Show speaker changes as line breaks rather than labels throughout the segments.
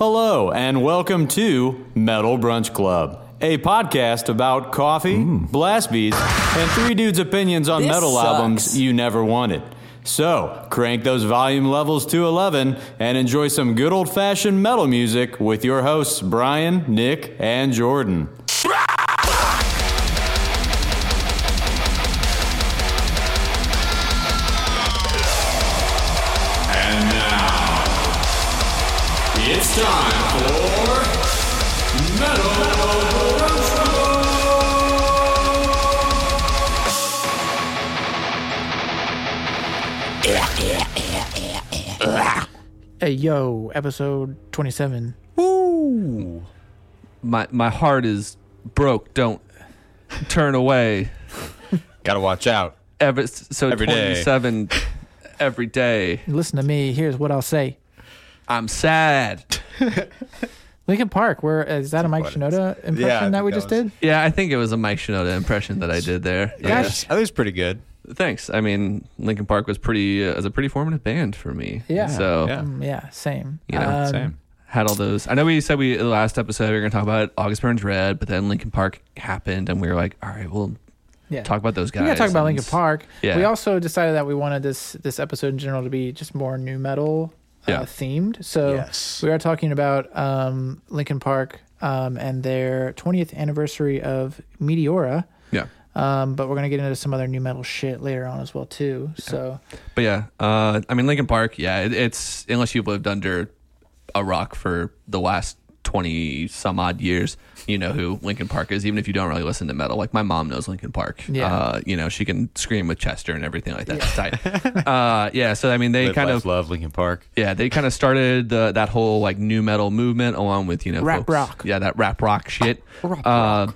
Hello, and welcome to Metal Brunch Club, a podcast about coffee, blast beats, and three dudes' opinions on
Mm. This
metal
sucks.
albums you never wanted. So, crank those volume levels to 11 and enjoy some good old fashioned metal music with your hosts, Brian, Nick, and Jordan.
And now, it's time for Metal
Hey yo, episode twenty-seven.
my my heart is broke. Don't turn away.
Gotta watch out.
Ever so
Every day.
twenty seven every day.
Listen to me. Here's what I'll say.
I'm sad.
Lincoln Park. Where uh, is that a Mike
What
Shinoda impression
Yeah, I think
that we
that
just
was-
did?
Yeah, I think it was a Mike Shinoda impression that I did there. Yeah.
Gosh.
That was pretty good.
Thanks. I mean, Lincoln Park was pretty uh, was a pretty formative band for me.
Yeah.
So
Yeah.
Mm, yeah, same.
You know,
Um,
Same.
had all those. I know we said we the last episode we were gonna talk about August Burns Red, but then Lincoln Park happened, and we were like, all right, we'll
Yeah.
talk about those guys.
we gotta talk about
and-
Lincoln Park.
Yeah.
We also decided that we wanted this this episode in general to be just more new metal uh,
Yeah.
themed. So
Yes.
we are talking about um, Lincoln Park um, and their twentieth anniversary of Meteora.
Yeah.
Um, but we're gonna get into some other new metal shit later on as well too. So
But yeah, uh, I mean Lincoln Park. Yeah, it, it's unless you've lived under a rock for the last twenty some odd years, you know who Lincoln Park is. Even if you don't really listen to metal, like my mom knows Lincoln Park.
Yeah.
uh, you know she can scream with Chester and everything like that. It's tight. uh, yeah. So I mean they
Live
kind
Life
of
love Lincoln Park.
yeah they kind of started the, that whole like new metal movement along with you know
Rap rock.
Yeah, that rap rock shit.
Rap
uh,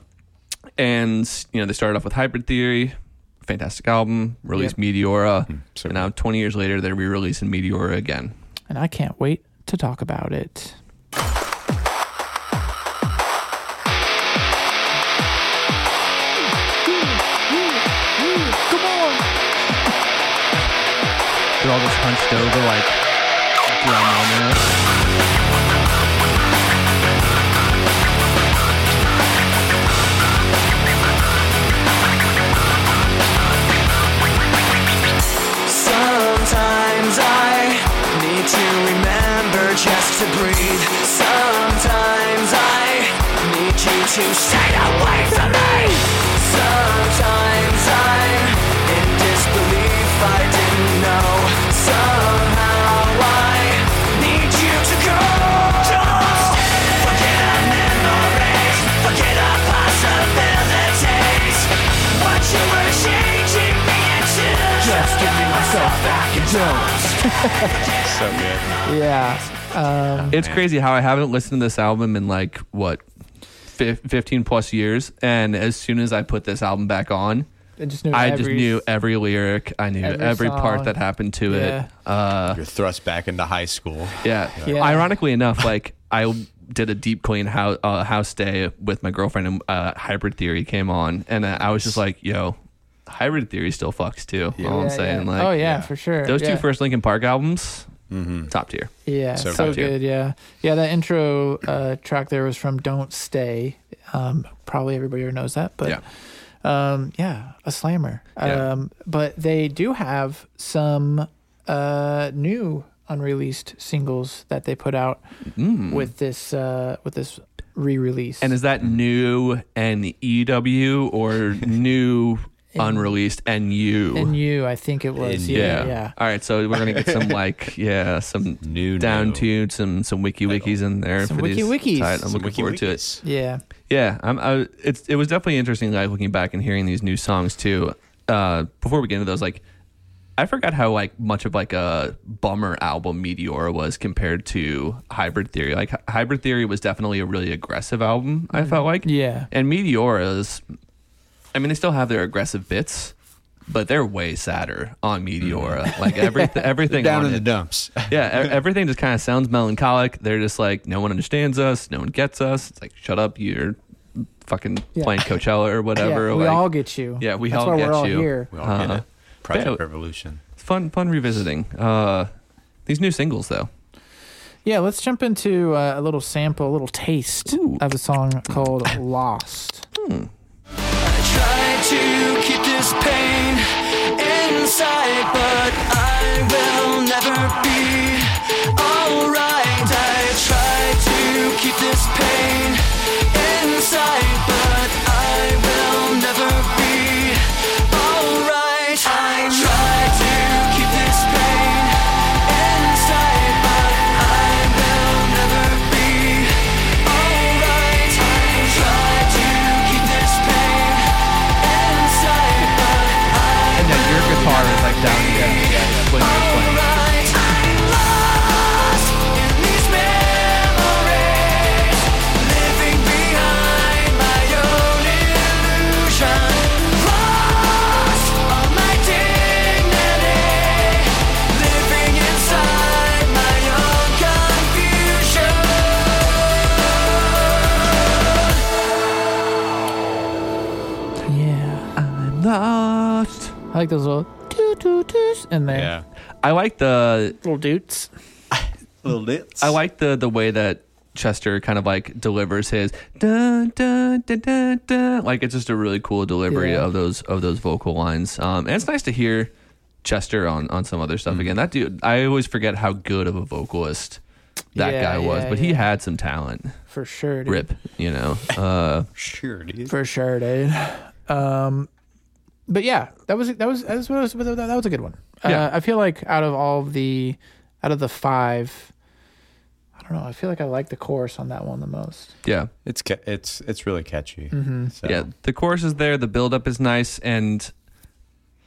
and you know they started off with Hybrid Theory, fantastic album. Released Meteora, and now 20 years later they're re-releasing Meteora again.
and I can't wait to talk about it.
They're all just hunched over like drum on it.
Sometimes I need to remember just to breathe. Sometimes I need you to stay away from me. Sometimes I'm in disbelief, I didn't know. Somehow I need you to go. Just forget our memories, forget our possibilities. What you were changing me into. Just give me myself back and don't.
So
Uh-huh.
good.
Yeah.
It's crazy how I haven't listened to this album in like what fif- 15 plus years, and as soon as I put this album back on.
I just knew.
I
every,
just knew every lyric. I knew
every
every,
song.
part that happened to
Yeah.
it. Uh,
You're thrust back into high school.
Yeah.
Yeah.
Ironically enough, like I did a deep clean house, uh, house day with my girlfriend, and uh, Hybrid Theory came on, and uh, I was just like, "Yo, Hybrid Theory still fucks too." All
Yeah,
I'm saying,
yeah.
like,
oh yeah, for sure.
those
yeah.
two first Linkin Park albums, top tier.
yeah, so,
So
good.
good, yeah, yeah. That intro uh, track there was from "Don't Stay." Um, probably everybody already knows that, but
Yeah.
um, yeah, a slammer.
Yeah.
Um, but they do have some uh, new unreleased singles that they put out with this uh, with this re-release.
Mm. And is that new N E W or new unreleased N U?
and you, I think it was.
In-
yeah,
yeah.
yeah.
All right. So we're gonna get some like yeah some
New,
down
new.
tune some some wiki wikis in there
Some
for
wiki
these.
wikis.
tight. I'm
Some
looking forward to it.
Yeah.
Yeah, I'm, I, it's it was definitely interesting. Like looking back and hearing these new songs too. Uh, before we get into those, like I forgot how like much of like a bummer album Meteora was compared to Hybrid Theory. Like Hy- Hybrid Theory was definitely a really aggressive album.
Mm-hmm.
I felt like
Yeah.
and Meteora's. I mean, they still have their aggressive bits, but they're way sadder on Meteora. Like every, everything
Mm-hmm. Down
on
in
it-
the dumps.
yeah, e- everything just kind of sounds melancholic. They're just like, no one understands us, no one gets us. It's like, shut up, you're fucking
Yeah.
playing Coachella or whatever.
Yeah, we
like,
all get you.
yeah, we
That's
all
why
get
we're all
you.
here.
We all get it. Project
yeah.
Revolution.
it's fun, fun revisiting uh, these new singles though.
Yeah, let's jump into uh, a little sample, a little taste of a song called Lost.
I tried to keep this pain inside, but I will never be alright. I tried to keep this pain inside, but I will never be alright. I tried to keep this pain inside, but I will never be alright. I tried to keep this pain inside, but I
And then your guitar is like down here. Yeah, yeah. When you're playing.
Yeah.
Lost.
I like those little doo doo doos in there.
Yeah.
I like the
Little doots.
Little lips.
I like the the way that Chester kind of like delivers his da da da da da. Like it's just a really cool delivery
Yeah.
of those of those vocal lines. Um, and it's nice to hear Chester on on some other
Mm-hmm.
stuff again. That dude, I always forget how good of a vocalist that
Yeah,
guy was,
yeah,
but he
yeah.
had some talent.
For sure, dude.
Rip, you know. Uh,
Sure, dude.
For sure, dude. Um, but yeah, that was that was that was, that was, that was a good one.
Yeah.
Uh, I feel like out of all the out of the five, I don't know. I feel like I like the chorus on that one the most.
yeah,
It's ca- it's it's really catchy.
Mm-hmm.
So.
yeah. The chorus is there. The build up is nice, and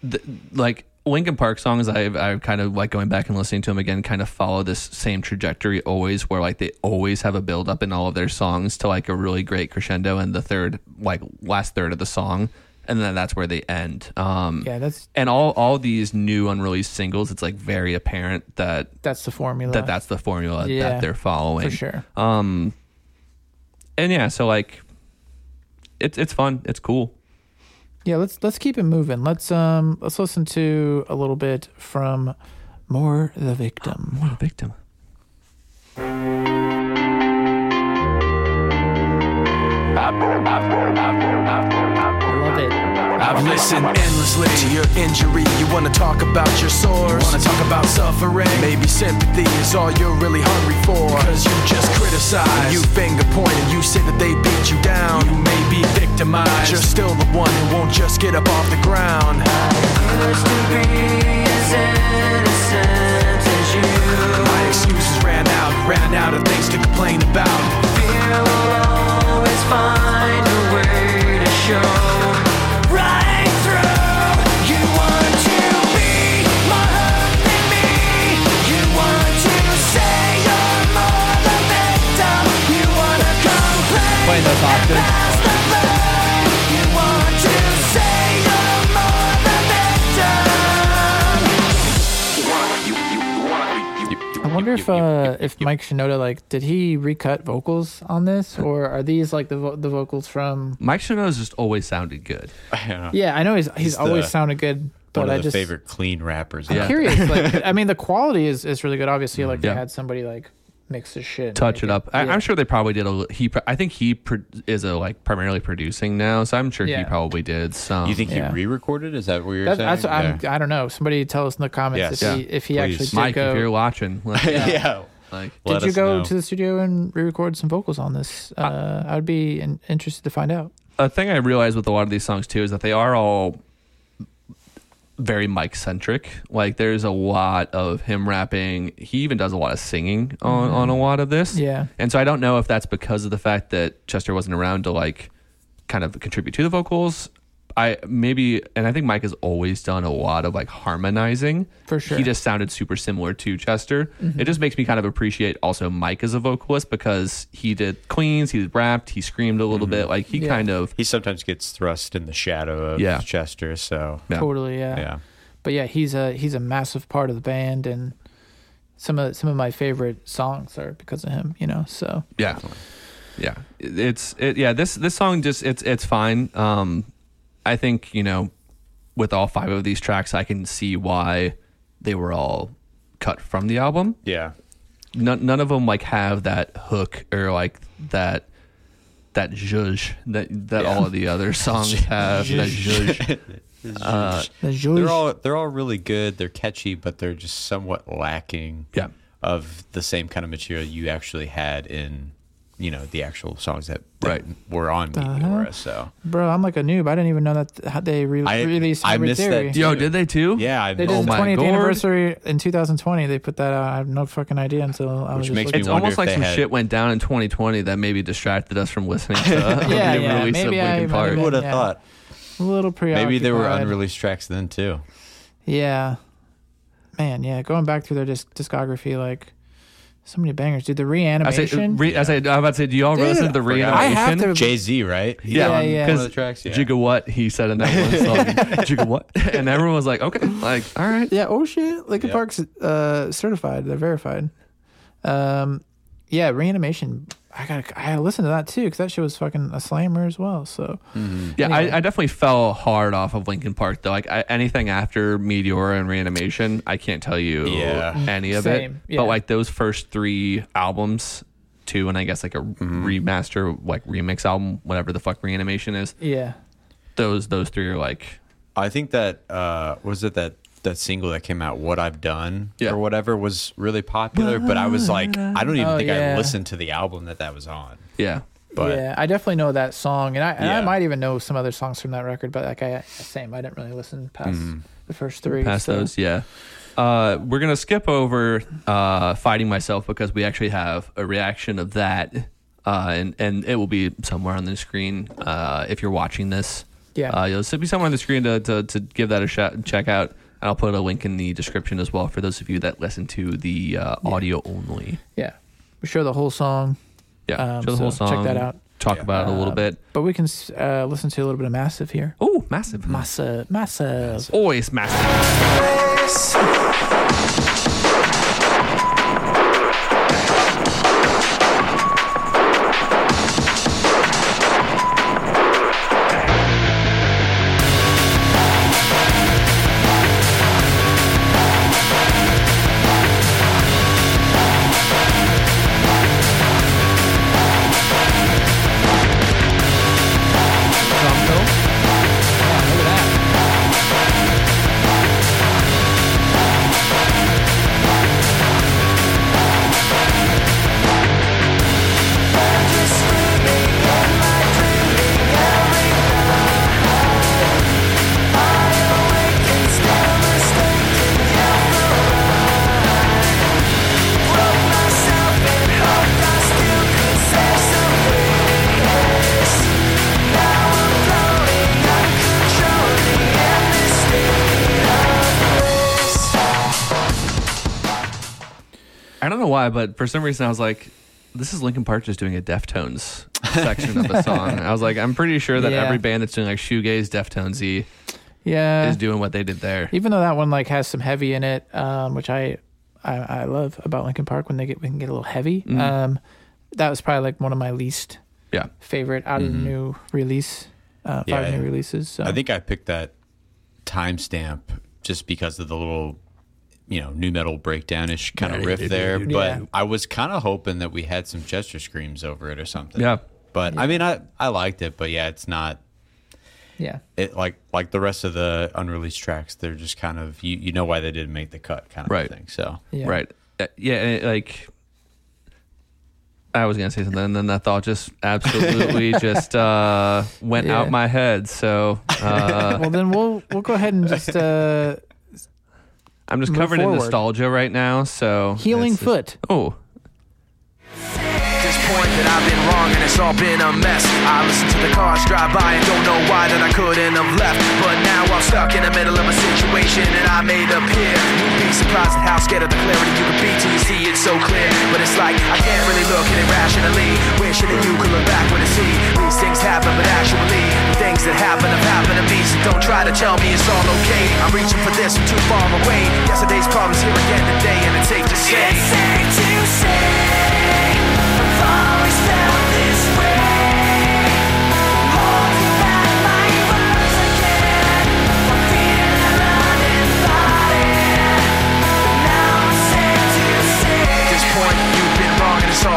the, like Linkin Park songs, I've I've kind of like going back and listening to them again, kind of follow this same trajectory always, where like they always have a build up in all of their songs to like a really great crescendo in the third like last third of the song, and then that's where they end. Um,
Yeah, that's
And all all these new unreleased singles, it's like very apparent that
that's the formula.
that that's the formula
Yeah,
that they're following
for sure.
Um, and yeah, so like, it's it's fun. It's cool.
Yeah, let's let's keep it moving. Let's um let's listen to a little bit from more the victim.
What a victim.
I love it.
I've listened endlessly to your injury. You wanna talk about your sores. Wanna talk about suffering. Maybe sympathy is all you're really hungry for. Cause you just criticize. You finger point and you say that they beat you down. You may be victimized. But you're still the one who won't just get up off the ground. My excuses ran out, ran out of things to complain about. Fear will always find a way to show. Right through, you want to be more hurt than me. You want to say you're more the victim. You want to complain.
Playing those octaves.
That's the blame. You want to say you're more the victim.
I wonder if uh if Mike Shinoda like did he recut vocals on this or are these like the vo- the vocals from
Mike Shinoda's just always sounded good.
Yeah, I know he's he's,
He's
always
the-
sounded good,
One
but I
of the
just
favorite clean rappers.
I'm
Yeah.
curious. Like, I mean, the quality is, is really good. Obviously, like
Yeah.
they had somebody like mix this shit, and
Touch
make
it up. I, I'm sure they probably did a. li- He, pro- I think he pro- is a like primarily producing now, so I'm sure he
Yeah.
probably did some.
You think
Yeah.
he re-recorded? Is that what you're
That,
saying?
that's I'm,
yeah.
I don't know. Somebody tell us in the
Yes.
comments if
Yeah.
he if he
Please.
actually did
Mike?
go.
If you're watching, let,
yeah.
like,
Let
did you
us
go
know.
to the studio and re-record some vocals on this? Uh, I would be in, interested to find out.
a thing I realized with a lot of these songs too is that they are all very Mike centric. Like there's a lot of him rapping. He even does a lot of singing on, on a lot of this.
Mm-hmm. Yeah.
And so I don't know if that's because of the fact that Chester wasn't around to like kind of contribute to the vocals. I maybe and I think Mike has always done a lot of like harmonizing.
For sure.
He just sounded super similar to Chester. It just makes me kind of appreciate also Mike as a vocalist because he did cleans, he rapped, he screamed a little bit. Like he
Yeah.
kind of
He sometimes gets thrust in the shadow of
Yeah.
Chester. So
Yeah.
Totally, yeah.
yeah.
But yeah, he's a he's a massive part of the band, and some of some of my favorite songs are because of him. You know, so
Yeah. Yeah. It- It's it, yeah, this this song just it's it's fine. Um I think, you know, with all five of these tracks I can see why they were all cut from the album.
Yeah.
none, none of them like have that hook or like that that zhuzh that that all of the other songs have. that zhuzh.
The
they're
zhuzh.
all they're all really good. They're catchy, but they're just somewhat lacking
Yeah.
of the same kind of material you actually had in you know the actual songs that, that
Right.
were on Meteora. So
Bro, I'm like a noob. I didn't even know that th- how they re-
I-
released
I
Hybrid
missed that
Theory.
too.
Yo, did they too?
yeah, I,
They did
Oh
the
my
20th
God.
anniversary in 2020. They put that out. I have no fucking idea until I
Which
was just
makes me
It's
looking.
wonder
almost
if
like
they
some
had-
shit went down in 2020 that maybe distracted us from listening to uh, the
Yeah,
new
yeah,
release
maybe
of
I
Linkin
might have
Park.
been-
would have
yeah.
thought
a little preoccupied.
maybe there were unreleased tracks then too.
Yeah, man. Yeah, going back through their disc- discography, like so many bangers, dude.
uh,
The
I say,
reanimation.
re, I say, I'm about to say, do y'all
Dude,
listen to the
forgot.
reanimation?
I have to.
Jay Z, right? He's
Yeah,
Yeah,
on
yeah.
One of the
Because
tracks. Yeah.
Jigga what he said in that one song. Jigga what? And everyone was like, okay, like, all right.
Yeah. Oh shit. Linkin
Yeah.
Park's uh, certified. They're verified. Um, yeah. Reanimation. I gotta. I gotta listen to that too because that shit was fucking a slammer as well. So
Hmm.
Yeah,
Anyway.
I, I definitely fell hard off of Linkin Park though. Like I, anything after Meteora and Reanimation, I can't tell you
Yeah.
any of
Same,
it.
yeah.
But like those first three albums, two, and I guess like a remaster, like remix album, whatever the fuck Reanimation is.
yeah.
Those those three are like
I think that uh, was it that that single that came out, "What I've Done"
Yeah.
or whatever, was really popular. But I was like, I don't even
Oh,
think
yeah.
I listened to the album that that was on.
yeah.
But
yeah, I definitely know that song, and I and I
Yeah.
might even know some other songs from that record. But like I same, I didn't really listen past
Mm-hmm.
the first three.
Past
so-
those, yeah. Uh, we're gonna skip over uh, fighting myself because we actually have a reaction of that, uh, and and it will be somewhere on the screen uh, if you're watching this.
Yeah.
uh, you'll it'll be somewhere on the screen to, to, to give that a shot, check out. And I'll put a link in the description as well for those of you that listen to the uh, audio only.
Yeah, we show the whole song,
Yeah,
Um,
show the whole
so
song.
check that out.
Talk about it a little bit.
but we can s- uh, listen to a little bit of Massive here.
Oh, massive,
Massive, massive.
always massive. I don't know why, but for some reason I was like, this is Linkin Park just doing a Deftones section of a song. I was like, I'm pretty sure that
Yeah.
every band that's doing like shoegaze, Deftonesy
Yeah,
is doing what they did there.
even though that one like has some heavy in it, um, which I, I I love about Lincoln Park when they get we can get a little heavy.
Mm-hmm.
Um, that was probably like one of my least
Yeah,
favorite out of the new release, uh,
Mm-hmm. Yeah,
five
I-
new releases. So
I think I picked that timestamp just because of the little, you know, new metal breakdown ish kind of riff there. But
Yeah.
I was kind of hoping that we had some gesture screams over it or something.
Yeah.
But I mean, I I liked it, but yeah, it's not
yeah,
it like like the rest of the unreleased tracks. They're just kind of you you know why they didn't make the cut kind of
Right.
thing. So
yeah,
right. Uh, Yeah, and it, like I was gonna say something, and then that thought just absolutely just uh, went
Yeah.
out my head. So uh,
Well, then we'll we'll go ahead and just uh,
I'm just
Move
covered in
forward.
nostalgia right now. So
healing
it's just-
foot.
Oh,
this point that I've been wrong and it's all been a mess. I listened to the cars drive by and don't know why that I couldn't have left. But now I'm stuck in the middle of a situation and I made up here. You'd be surprised at how scared of the clarity you could be till you see it so clear. But it's like I can't really look at it rationally. Wishing that you could look back with a see. These things happen, but actually, the things that happen have happened to me. So don't try to tell me it's all okay. I'm reaching for this from too far away. Yesterday's problems here again today, and it's safe to say.
It's safe to say I've always felt this way. Holding back my words again for fear of running by. But now it's safe to say
At this point,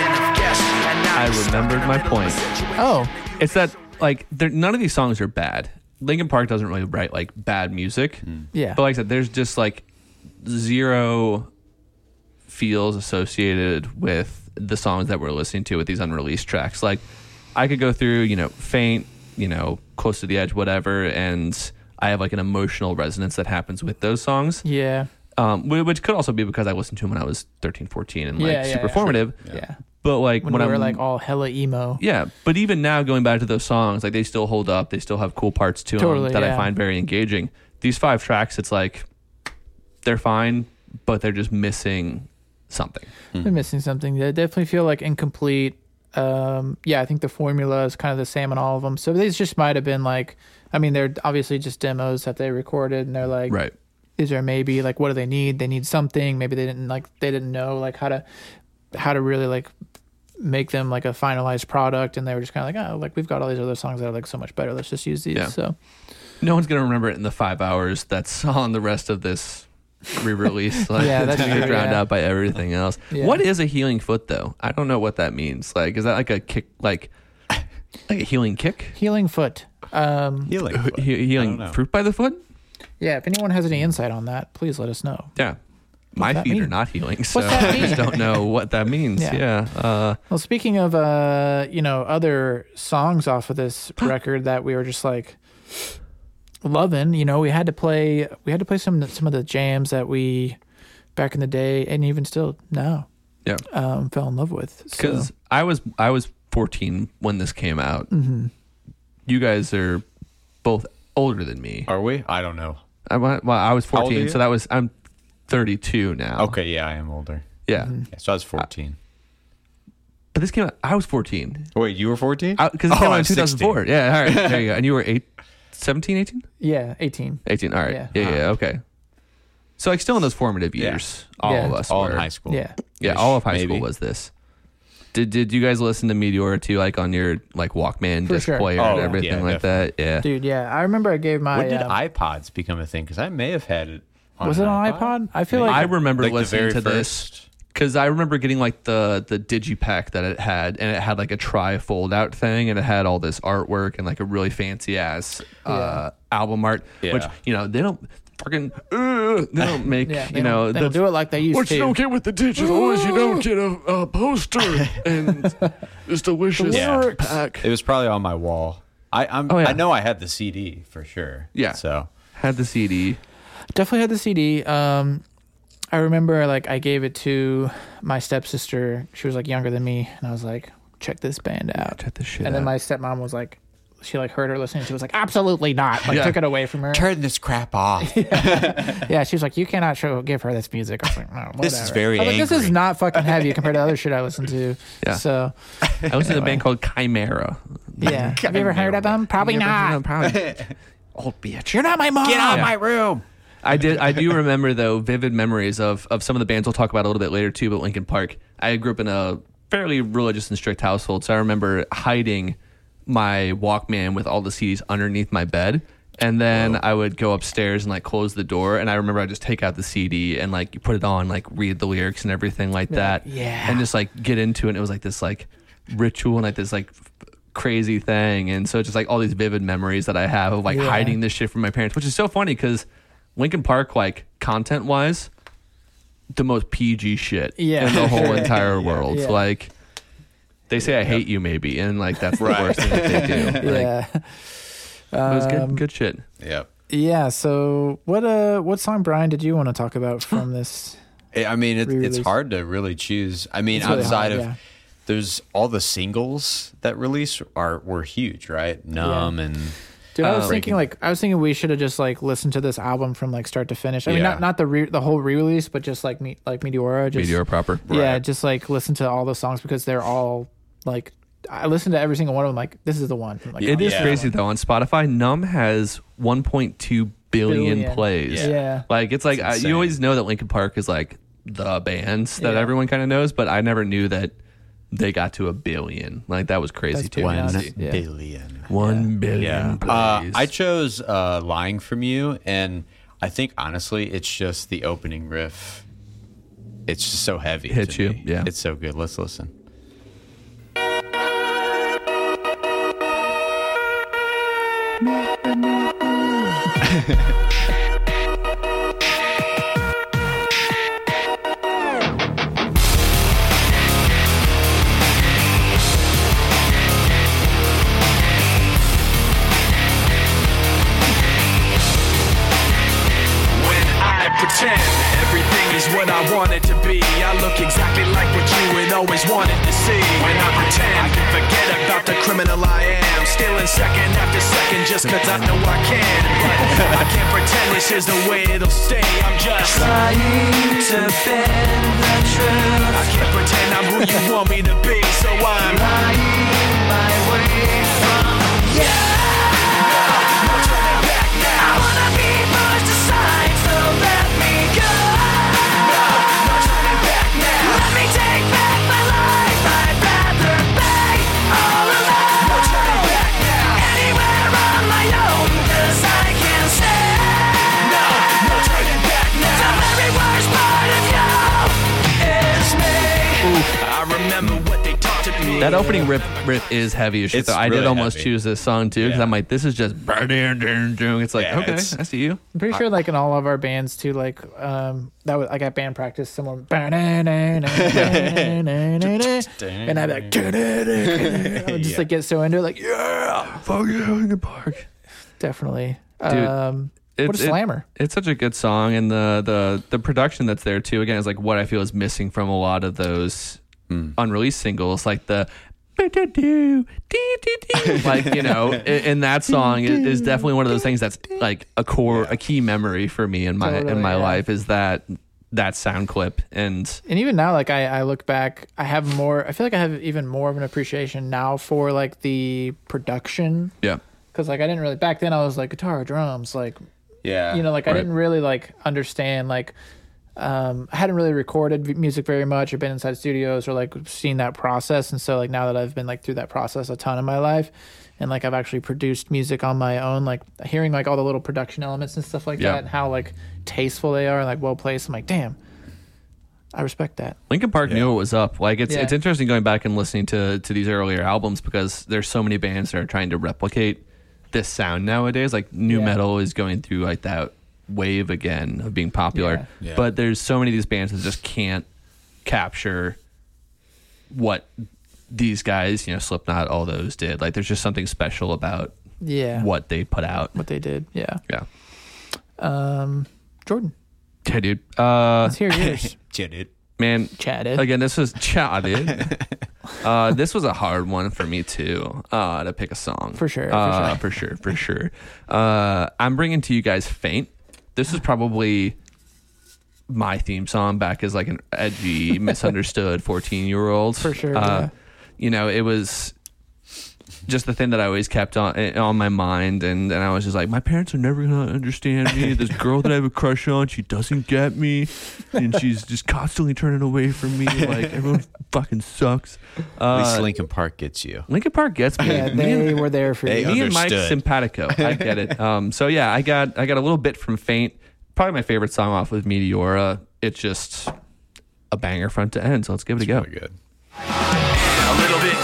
I remembered my point.
Oh,
It's that like there, none of these songs are bad. Linkin Park doesn't really write like bad music.
yeah.
But like I said, there's just like zero feels associated with the songs that we're listening to with these unreleased tracks. Like I could go through, you know, faint, you know, close to the edge, whatever, and I have like an emotional resonance that happens with those songs.
yeah.
Um, whi- which could also be because I listened to them when I was 13, 14 and like
Yeah, yeah,
super
yeah.
formative.
Yeah.
But like
When,
when,
we
I'm
were like all hella emo.
yeah, but even now, going back to those songs, like they still hold up. They still have cool parts to
Totally,
them that
yeah.
I find very engaging. These five tracks, it's like they're fine, but they're just missing something.
They're missing something. They definitely feel like incomplete. Um, yeah, I think the formula is kind of the same in all of them. So these just might have been like, I mean, they're obviously just demos that they recorded, and they're like, these are maybe like what do they need? They need something. Maybe they didn't like they didn't know like how to how to really like make them like a finalized product, and they were just kind of like, oh, like we've got all these other songs that are like so much better. Let's just use these.
Yeah.
So
No one's gonna remember it in the five hours that's on the rest of this re-release. Like,
Yeah,
it's
that's
gonna be
true,
drowned
yeah.
out by everything else.
Yeah.
What is a healing foot though? I don't know what that means. Like, is that like a kick? Like, like a healing kick?
healing foot. Um,
Healing.
He-
don't know.
healing fruit by the foot?
yeah. If anyone has any insight on that, please let us know.
Yeah. My
that
feet are
mean?
not healing, so
that
I
mean?
just don't know what that means.
Yeah.
Yeah. Uh,
Well, speaking of uh, you know, other songs off of this record that we were just like loving, you know, we had to play we had to play some some of the jams that we back in the day and even still now
yeah.
um fell in love with. So,
Because I was I was 14 when this came out.
Mm-hmm.
You guys are both older than me.
Are we? I don't know.
I, wa- well, I was
old are
14,
you?
so that was I'm 32 now.
Okay, yeah, I am older.
Yeah.
Mm-hmm.
Yeah, so I was 14.
But this came out. I was 14
Wait, you were 14?
because it
Oh,
came out
I'm
in 2004.
16.
Yeah. All right. There you go. And you were eight, 17, 18.
yeah, 18.
18. All right.
Yeah.
Yeah. Yeah. Okay. So like still in those formative
Yeah.
years, all
Yeah.
of us,
All
were.
in high school.
Yeah.
Yeah, all of high
maybe.
school was this. Did did you guys listen to Meteora too, like on your like Walkman
For
disc
sure.
player
Oh,
and
yeah,
everything like that? Yeah.
Dude, yeah. I remember I gave my
When did
um,
iPods become a thing? Because I may have had it. On
was it on iPod? I feel
Maybe.
I
like
remember
Like the
listening
very
to this
first?
because I remember getting like the the digipack that it had, and it had like a tri fold out thing, and it had all this artwork and like a really fancy ass uh, album art, which
Yeah.
you know they don't fucking uh, they don't make
yeah,
you know
they'll
the-
do it like they used
What
to.
you don't get with the digital is you don't get a, a poster and this delicious
Yeah.
pack.
It was probably on my wall. I I'm,
Oh, yeah.
I know I had the CD for sure.
Yeah.
So
had the CD.
definitely had the CD. Um, I remember like I gave it to my stepsister. She was like younger than me, and I was like, "Check this band out."
Check this shit
and then
out.
my stepmom was like, she like heard her listening. She was like, "Absolutely not!" Like
Yeah.
took it away from her.
turn this crap off.
Yeah, she was like, "You cannot show give her this music." I was like, "No, whatever."
This is very
I was like, This is
angry."
not fucking heavy compared to other shit I listen to.
Yeah.
So
I listened to a band called Chimera.
yeah, have you ever heard of them? Probably not.
Probably old bitch.
You're not my mom.
Get out of
Yeah.
my room.
I did. I do remember though vivid memories of of some of the bands we'll talk about a little bit later too. But Lincoln Park, I grew up in a fairly religious and strict household, so I remember hiding my Walkman with all the CDs underneath my bed. And then I would go upstairs and like close the door. And I remember I would just take out the CD and like you put it on, like read the lyrics and everything like that.
yeah.
And just like get into it. And it was like this like ritual and like this like f- crazy thing. And so just like all these vivid memories that I have of like
Yeah.
hiding this shit from my parents, which is so funny because Lincoln Park, like content wise, the most PG shit
Yeah.
in the whole entire world.
Yeah.
Like they say I hate you maybe, and like that's the worst thing that they do. Like,
Yeah.
it was
um,
good, good shit.
Yep.
Yeah. So what? Uh, what song, Brian? Did you want to talk about from this?
I I mean, it's, it's
Re-release.
hard to really choose. I mean,
really
outside of
hard, yeah.
there's all the singles that release are were huge, right? Numb and
Dude,
Uh,
I was
Breaking-
thinking like I was thinking we should have just like listened to this album from like start to finish. I mean,
Yeah.
not not the re- the whole re-release, but just like me like Meteora, just
Meteor proper.
yeah, just like listen to all the songs because they're all like I listened to every single one of them. Like this is the one. Like,
It is
Yeah.
crazy though. On Spotify, Numb has 1.2 billion,
Billion.
plays.
Yeah. Yeah.
Like it's like I,
insane.
you always know that Linkin Park is like the bands that
Yeah.
everyone kind of knows, but I never knew that they got to a billion. Like that was crazy
That's
too.
pretty
one
nuts. Yeah.
billion.
One billion
Uh,
plays.
I chose uh, "Lying from You," and I think honestly, it's just the opening riff. It's just so heavy.
Hits
to
you,
me.
yeah.
It's so good. Let's listen.
I
When I pretend everything is what I want it to be, I look exactly like what you had always wanted to see. When I pretend I can forget about the criminal I am, stealing second after second just cause I know I can. But I can't pretend this is the way it'll stay, I'm just
Trying to bend the truth.
I can't pretend I'm who you want me to be, so I'm
Lying my way from
I wanna be pushed aside, so let me go. No turning back now. Let me take back my life. I'd rather pay all alone. No turning back now. Anywhere on my own, 'cause I can't stay. No, no turning back now. The very worst part of you is me.
I remember what they taught to me.
That opening riff riff is heavy as shit.
It's
though. I did
really
almost
heavy.
choose this song too because
Yeah.
I'm like, this is just it's like
Yeah,
okay,
it's-
I see you.
I'm pretty sure like in all of our bands too, like um that was like at band practice someone and I'd be like I would just like get so into it, like yeah
Fuck you in the park.
definitely.
Dude,
um what a
it-
slammer.
it's such a good song, and the the the production that's there too. Again, is like what I feel is missing from a lot of those unreleased singles, like the. "Ba-da-doo, dee-dee-dee." like you know i- in that song is, is definitely one of those things that's like a core a key memory for me in my in
Totally,
my
yeah.
life is that that sound clip and
and even now like I, I look back i have more i feel like i have even more of an appreciation now for like the production
yeah
because like i didn't really back then i was like guitar drums like
Yeah.
you know like i didn't really like understand like um i hadn't really recorded v- music very much or been inside studios or like seen that process and so like now that i've been like through that process a ton in my life and like i've actually produced music on my own like hearing like all the little production elements and stuff like
Yeah.
that and how like tasteful they are and like well placed i'm like damn i respect that
Lincoln Park knew it was up. Like it's
Yeah.
it's interesting going back and listening to to these earlier albums because there's so many bands that are trying to replicate this sound nowadays. Like new
Yeah.
metal is going through like that wave again of being popular.
Yeah. Yeah.
But there's so many of these bands that just can't capture what these guys, you know, Slipknot, all those did. Like there's just something special about
yeah
what they put out.
what they did. Yeah.
Yeah.
Um, Jordan,
Yeah, dude. Uh
let's hear yours.
Yeah, dude.
man,
Chatted.
Again, this was chatted. uh, this was a hard one for me too uh, to pick a song
For sure, for
Uh, for sure, for sure. Uh, I'm bringing to you guys "Faint." This is probably my theme song back as like an edgy, misunderstood 14 year old.
For sure, yeah.
Uh, You know, it was just the thing that I always kept on eh, on my mind, and, and I was just like, my parents are never gonna understand me. This girl that I have a crush on, she doesn't get me, and she's just constantly turning away from me. Like everyone fucking sucks.
At least
Uh,
Lincoln Park gets you.
Linkin Park gets me.
yeah,
Me and-
they were there for
They
you.
are-
me and Mike
Understood.
simpatico. I get it. Um, so yeah, I got I got a little bit from Faint. Probably my favorite song off with Meteora. It's just a banger front to end. So let's give it a go.
Very good.
A little bit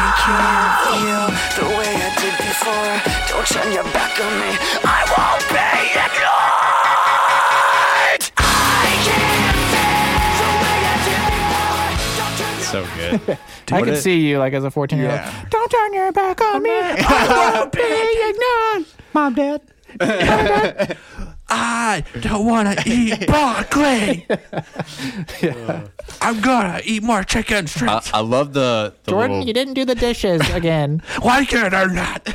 I can't feel the way I did before. Don't turn your back on me. I won't be ignored.
So good.
I can see you like as a 14 year
Yeah.
old. Don't turn your back on me. I won't be ignored. Mom, dad.
I don't want to eat broccoli. Uh, I'm gonna eat more
I,
chicken strips.
I love the, the
Jordan,
little-
you didn't do the dishes again.
Why can't I not?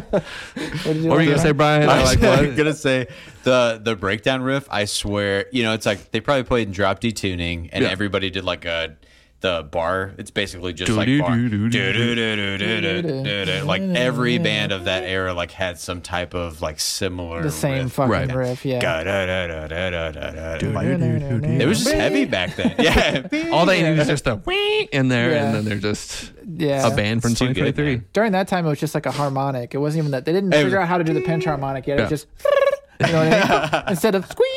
What did you
What were
want
you gonna
to
say,
do?
Brian?
I
I
was
like what?
gonna say the the breakdown riff. I swear, you know, it's like they probably played in drop D tuning, and
Yeah.
everybody did like a the bar. It's basically just
Do-
like
do-
bar.
do- do- do-
Do-do-do-do-do-do-do-do. Like every band of that era, like had some type of like similar
The same
riff.
fucking
Right.
riff, yeah.
Ga-da-da-da-da-da-da-da. Like, It
It
was just heavy back then. Yeah,
All they need is just a wee in there,
Yeah.
and then they're just
yeah.
a band from
It's too good,
2023.
man.
During that time, it was just like a harmonic. It wasn't even that they didn't
It
figure
was-
out how to do the pentarmonic yet. It was
Yeah.
just you know what I mean? instead of squee,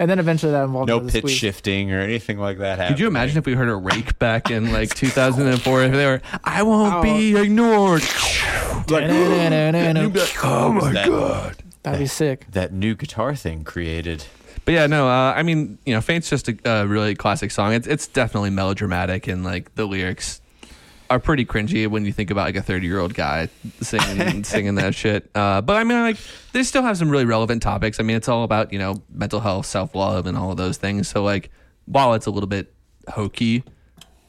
and then eventually that involved
no
another
pitch
squeeze.
shifting or anything like that.
Could you imagine if we heard a rake back in like 2004? If they were, I won't be ignored.
Da-na-na-na-na.
Oh my
god,
That'd be sick.
that new guitar thing created?
But yeah, no, uh, I mean, you know, Faint's just a, a really classic song. It's it's definitely melodramatic, and like the lyrics are pretty cringy when you think about like a thirty year old guy singing singing that shit. Uh, but I mean, like they still have some really relevant topics. I mean, it's all about you know mental health, self love, and all of those things. So like, while it's a little bit hokey,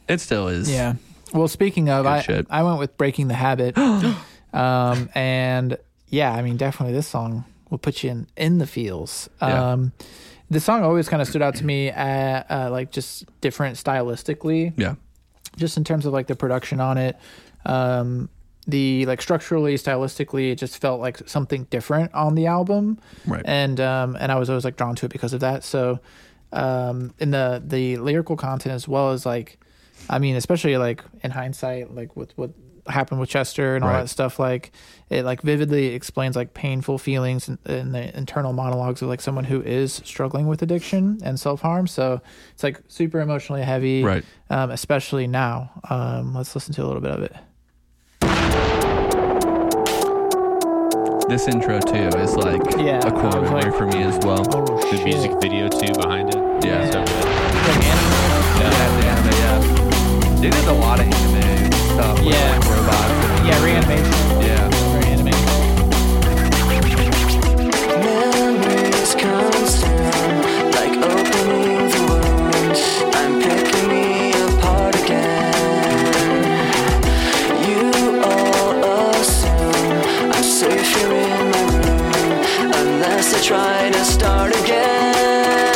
it still is.
Yeah. Well, speaking of, I,
shit.
I went with Breaking the Habit. um, and yeah, I mean, definitely this song will put you in, in the feels.
Yeah.
Um, The song always kind of stood out to me, at, uh, like just different stylistically,
yeah,
just in terms of like the production on it. Um, the like structurally, stylistically, it just felt like something different on the album
right.
and um and I was always like drawn to it because of that. So um in the the lyrical content as well as like I mean especially like in hindsight like with what happened with Chester and all
Right.
that stuff like it like vividly explains like painful feelings and in, the internal monologues of like someone who is struggling with addiction and self-harm so it's like super emotionally heavy
Right.
um, especially now um let's listen to a little bit of it
this intro too is like
Yeah,
a
I
quote
was
memory
like-
for me as well.
oh
The music video too behind it.
Yeah.
So good.
They did a lot of anime stuff. With,
Yeah.
like, robots.
yeah reanimation
And, yeah.
very animated
Memories constant, like opening the wound. I'm picking me apart again. You all assume I'm safe here in my room, unless I try to start again.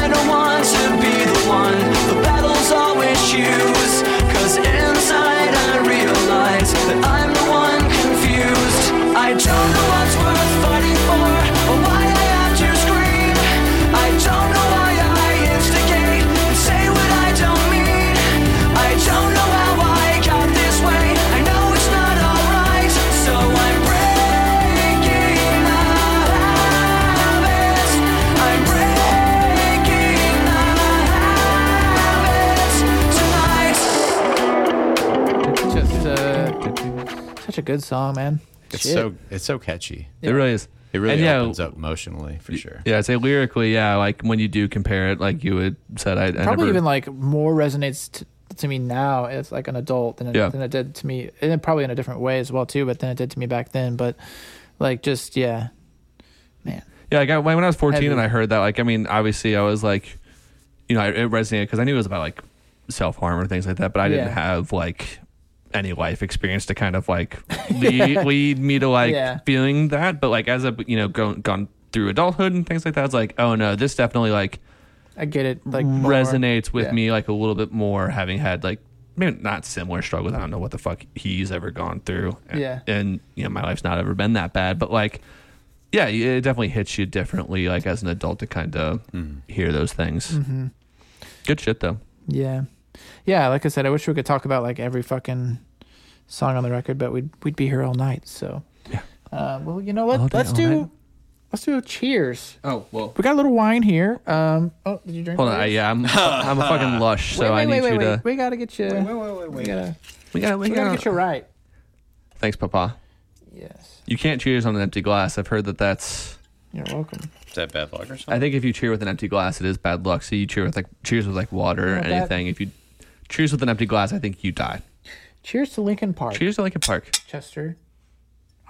I don't want to be the one the battles always choose. Cause inside I realize that I'm the one confused. I don't know what's worth fighting for or why I have to scream. I don't know why I instigate and say what I don't mean. I don't know how I got this way. I know it's not alright, so I'm breaking the habits. I'm breaking the habits tonight.
just uh, such a good song, man.
It's
Shit.
so it's so catchy.
It really is.
It really
and, yeah,
opens up emotionally for sure.
Yeah, I'd say lyrically, yeah, like when you do compare it, like you would said, I, I
probably
never,
even like more resonates t- to me now as like an adult than it,
Yeah.
than it did to me, and it probably in a different way as well too. But than it did to me back then. But like just yeah, man.
yeah. Like I, when I was fourteen and
Heavy.
I heard that, like I mean, obviously I was like, you know, I- it resonated because I knew it was about like self harm or things like that, but I didn't
Yeah.
have like any life experience to kind of like lead, lead me to like
Yeah.
feeling that. But like as a you know gone gone through adulthood and things like that, it's like oh no, this definitely like
I get it. Like more.
resonates with
Yeah.
me like a little bit more having had like maybe not similar struggles. I don't know what the fuck he's ever gone through. And-
Yeah.
And you know, my life's not ever been that bad, but like yeah, it definitely hits you differently like as an adult to kind of hear those things.
Mm-hmm.
Good shit though.
Yeah, yeah. Like I said, I wish we could talk about like every fucking song on the record, but we'd we'd be here all night. So yeah. Uh, well, you know
All
what?
day,
Let's
all
do.
night.
Let's do a cheers.
Oh, well.
We got a little wine here. Um. Oh, did you drink?
Hold on,
already?
I, yeah, I'm I'm a fucking lush, so
wait,
I
wait,
need
wait,
you
wait,
to
wait. We gotta get you. Wait, wait, wait, wait. We gotta,
We got we
we gotta get
got
you right.
Thanks, papa.
Yes.
You can't cheers on an empty glass. I've heard that that's
You're welcome.
Is that bad luck or something?
I think if you cheer with an empty glass, it is bad luck. So you cheer with like cheers with like water or
Not bad.
anything. If you cheers with an empty glass, I think you die.
Cheers to Lincoln Park.
Cheers to Lincoln Park.
Chester.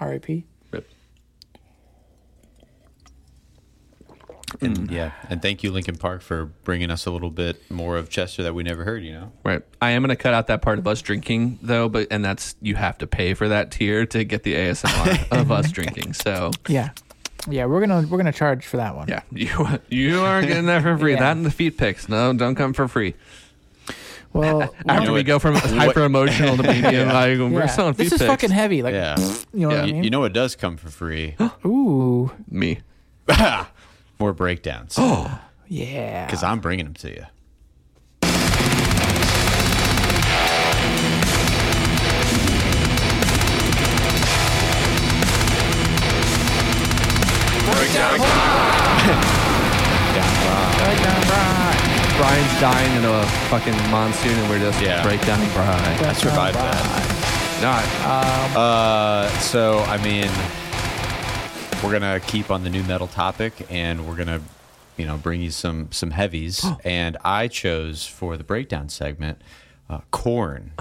R.I.P.
Rip.
And, yeah, and thank you, Lincoln Park, for bringing us a little bit more of Chester that we never heard. You know,
Right. I am going to cut out that part of us drinking though, but and that's you have to pay for that tier to get the ASMR of us drinking. So
Yeah, yeah. We're gonna we're gonna charge for that one.
yeah, you you aren't getting that for free.
Yeah.
That and the feet pics. No, don't come for free.
Well,
After we go from hyper emotional to medium, like, we're
yeah.
selling feet
this is
pics.
fucking heavy. Like,
yeah.
you know what I
You,
mean?
you know what does come for free?
Ooh,
me.
More breakdowns. Because
yeah.
I'm bringing them to you.
Brian's dying in a fucking monsoon, and we're just
Yeah.
breakdowning Brian.
I survived that.
Not
Uh, so I mean, we're gonna keep on the new metal topic, and we're gonna, you know, bring you some some heavies. and I chose for the breakdown segment, uh, Corn,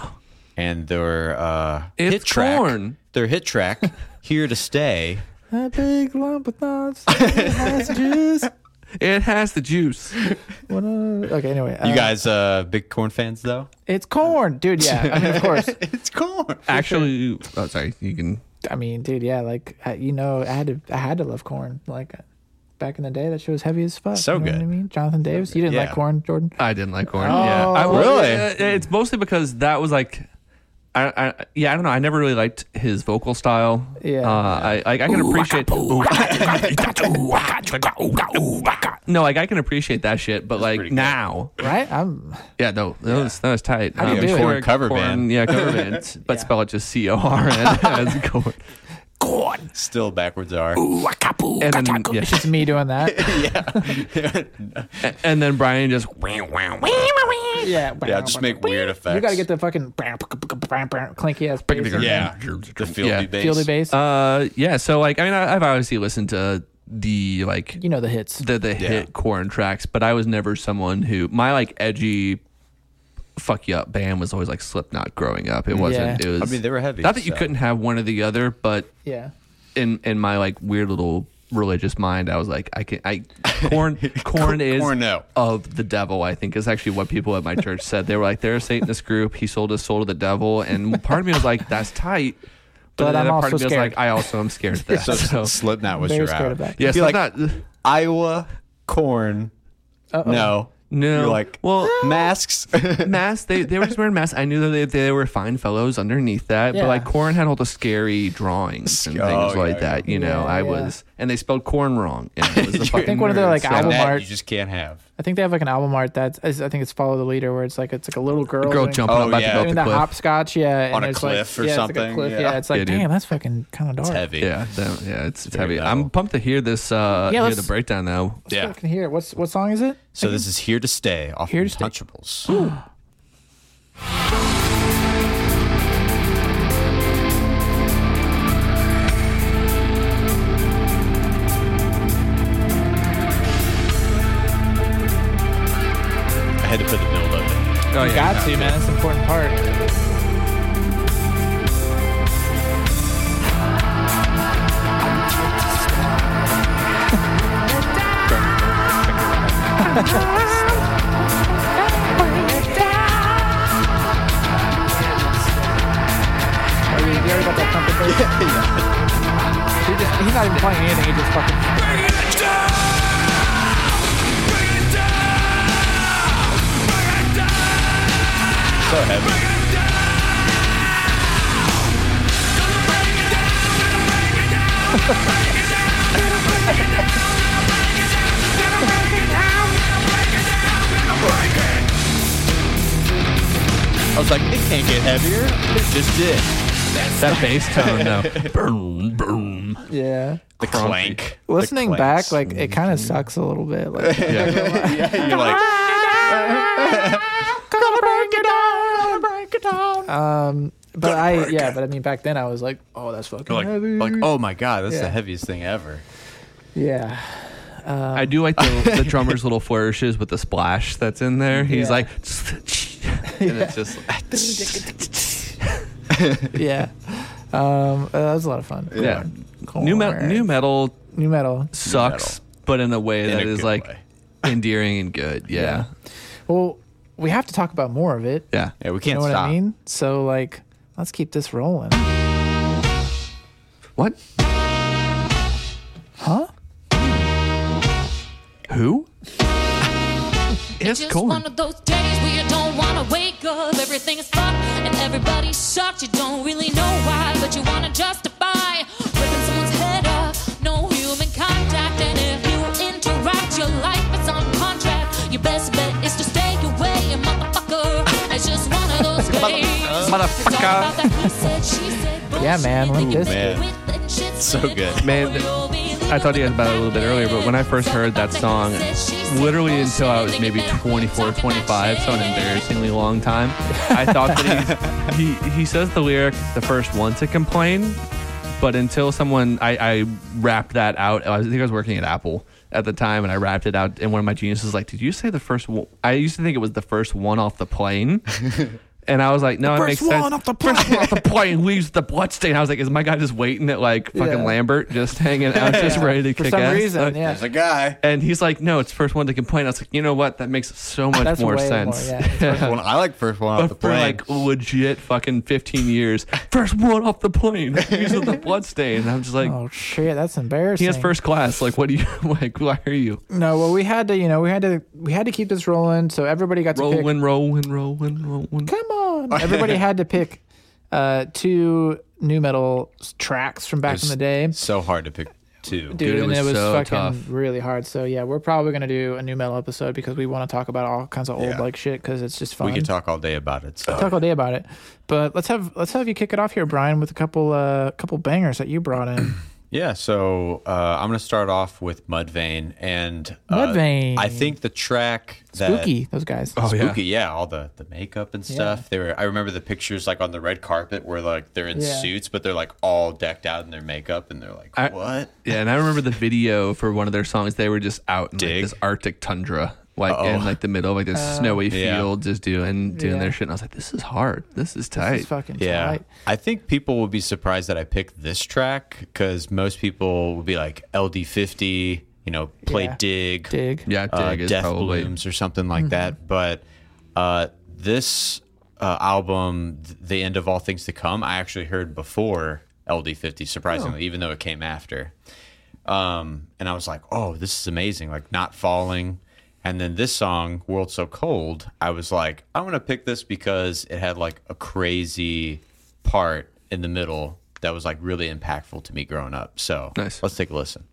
and their uh,
It's
hit track,
Korn.
their hit track, "Here to Stay."
A big lump of thoughts. it has juice.
it has the juice.
What a- okay, anyway.
You
uh,
guys, uh, big Corn fans, though.
It's corn, dude. Yeah, I mean, of course.
It's Corn.
Actually, oh sorry, you can.
I mean, dude. Yeah, like I, you know, I had to, I had to love corn. Like uh, back in the day, that shit was heavy as fuck.
So
you know What
good.
I mean, Jonathan Davis. You didn't
Yeah.
like corn, Jordan.
I didn't like corn.
Oh.
yeah, I, well,
Really?
yeah, yeah, it's mostly because that was like, I, I, yeah, I don't know. I never really liked his vocal style.
Yeah.
uh, I, I, I can appreciate. no, like I can appreciate that shit, but like now,
Right? I'm.
yeah, no, that was that was tight.
do you do it?
Korn-
Cover
Korn,
band.
yeah, cover band, but spell it just C O R N as corn.
Still backwards are.
And then, yeah.
It's just me doing that.
and then Brian just
yeah.
Yeah, just make weird effects.
You gotta get the fucking clinky ass. bass in
yeah the fieldy
Yeah.
bass.
Fieldy bass.
uh yeah. So like, I mean, I, I've obviously listened to the like
you know the hits.
the the hit corn tracks, but I was never someone who my like edgy fuck you up band was always like Slipknot growing up. It wasn't.
Yeah.
It was.
I mean, they were heavy,
Not that you
so.
couldn't have one or the other, but
Yeah.
in in my like weird little religious mind, I was like, I can I corn corn is
Korn, no.
of the devil. I think is actually what people at my church said. They were like, they're a Satanist group. He sold his soul to the devil, and part of me was like, that's tight. But,
But
then
I'm
part
also
of me was
scared.
like, I also am scared of that.
So,
so,
Slipknot was
Very
your
scared
out.
of that.
yeah,
Be like-
Slipknot-
Iowa, corn. No.
No.
You're like,
Well-
masks.
masks. They they were just wearing masks. I knew that they, they were fine fellows underneath that.
Yeah.
But like corn had all the scary drawings and
Oh,
things like
yeah,
that. You know,
Yeah,
I
yeah.
was and they spelled corn wrong. And I was a fucking
think one of their,
nerd,
like,
so-
album-
that
art.
you just can't have.
I think they have like an album art that's. I think it's Follow the Leader, where it's like it's like a little girl.
girl
doing-
jumping
Oh,
up about
yeah.
to go up
doing
the
the
cliff.
hopscotch, yeah, and
On a
it's
cliff or
like, yeah, It's like
something,
a cliff.
yeah.
Yeah. it's like
Yeah, dude.
damn, that's fucking kind of dark.
Heavy.
Yeah, that, yeah, it's, it's heavy.
metal.
I'm pumped to hear this. Uh,
Yeah,
hear
let's-
the breakdown though.
Yeah.
Yeah.
Fucking hear it. What's what song is it?
So this is here to stay off
Here to Stay.
Untouchables. I had to put the build up.
Oh yeah,
Got to man, that's an important part. Are you- you heard about that trumpet bass? He just- He's not even playing anything. He just fucking.
So heavy. I was like, it can't get heavier. It just did.
that bass tone though. boom, boom.
Yeah.
The clank. The
Listening
clanks.
back, like it kind of sucks a little bit. Like,
yeah, you're like,
Um, But I, yeah, but I mean, back then I was like, oh, that's fucking
like,
heavy.
like, oh my god, that's
Yeah.
the heaviest thing ever.
yeah, Um,
I do like the, the drummer's little flourishes with the splash that's in there. He's
Yeah.
like, and it's just
yeah. Um, uh, that was a lot of fun.
yeah.
Corn.
New metal, new metal
new metal.
sucks, but in a way that
a
is
good
like
way.
endearing and good. Yeah.
Well, we have to talk about more of it.
Yeah.
Yeah, we
You
can't
know what
stop.
I mean? So like, let's keep this rolling.
What?
Huh?
Who?
It's just one of those days where you don't wanna wake up. Everything is fucked and everybody sucked. You don't really know why, but you wanna justify ripping someone's head off. No human contact, and if you interact, your life is on contract. Your best bet is to stay away, you motherfucker. It's just one of those days. It's all about that he said, she said
Yeah, man, Limp
bullshit.
Bizkit.
Man.
So good.
Man, th- I talked to you guys about it a little bit earlier, but when I first heard that song, literally until I was maybe 24, 25, so an embarrassingly long time, I thought that he, he, he says the lyric, the first one to complain, but until someone, I, I rapped that out. I was- I think I was working at Apple at the time, and I rapped it out, and one of my geniuses was like, Did you say the first one? I used to think it was the first one off the plane. And I was like, no, it makes sense. Off the plane. First one off the plane leaves the bloodstain. I was like, is my guy just waiting at like fucking
Yeah.
Lambert, just hanging out, just
Yeah.
ready to
For
kick
some
ass?
reason,
Like,
yeah.
a guy.
And he's like, no, it's first one to complain. I was like, you know what? That makes so much
That's
more
way
sense.
More, yeah.
First one, I like first one off the
But for
plane.
like legit fucking 15 years, first one off the plane, leaves with the bloodstain. And I'm just like,
Oh shit, that's embarrassing.
he has first class. Like, what do you, like, why are you?
No, well, we had to, you know, we had to, we had to keep this rolling. So everybody got to pick.
Rolling, rolling, rolling, rolling.
Come on, everybody had to pick uh, two new metal s- tracks from back in the day, dude,
so hard to pick two.
dude, it
and
was
it was
so
fucking
tough.
really hard. So yeah, we're probably gonna do a new metal episode because we want to talk about all kinds of old
Yeah.
like shit because it's just fun.
we could talk all day about it. So.
Talk all day about it, but let's have let's have you kick it off here, Brian, with a couple uh couple bangers that you brought in.
Yeah, so uh, I'm going to start off with Mudvayne, and uh,
Mudvayne.
I think the track that
Spooky, those guys.
Oh, yeah.
spooky, yeah. all the the makeup and stuff. They were. I remember the pictures like on the red carpet where like they're in
Yeah.
suits, but they're like all decked out in their makeup, and they're like,
I-
what?
Yeah, and I remember the video for one of their songs. They were just out in like,
Dig. Oh.
this Arctic tundra, like in like the middle of like this snowy
Yeah.
field, just doing doing
Yeah.
their shit. And I was like, this is hard. This is tight.
It's fucking
Yeah,
tight.
I think people will be surprised that I picked this track because most people will be like LD50, you know, play
Yeah.
dig,
Dig.
yeah,
uh,
dig is
Death
probably.
Blooms or something
Mm-hmm.
like that. But uh, this uh, album, th- The End of All Things to Come, I actually heard before LD50, surprisingly,
Oh.
even though it came after. Um, and I was like, oh, this is amazing. Like, Not Falling. And then this song, World So Cold, I was like, I'm going to pick this because it had like a crazy part in the middle that was like really impactful to me growing up. So
Nice.
let's take a listen.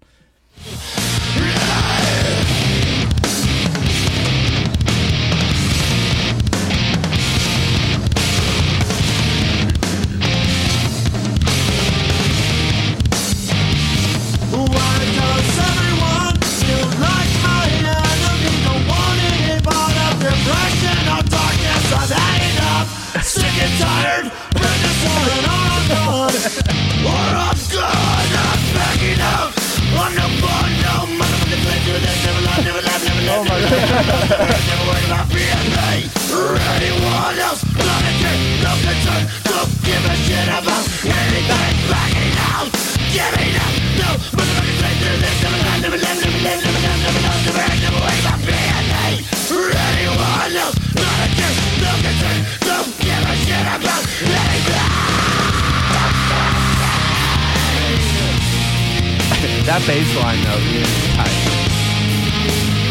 That bass line though is tight.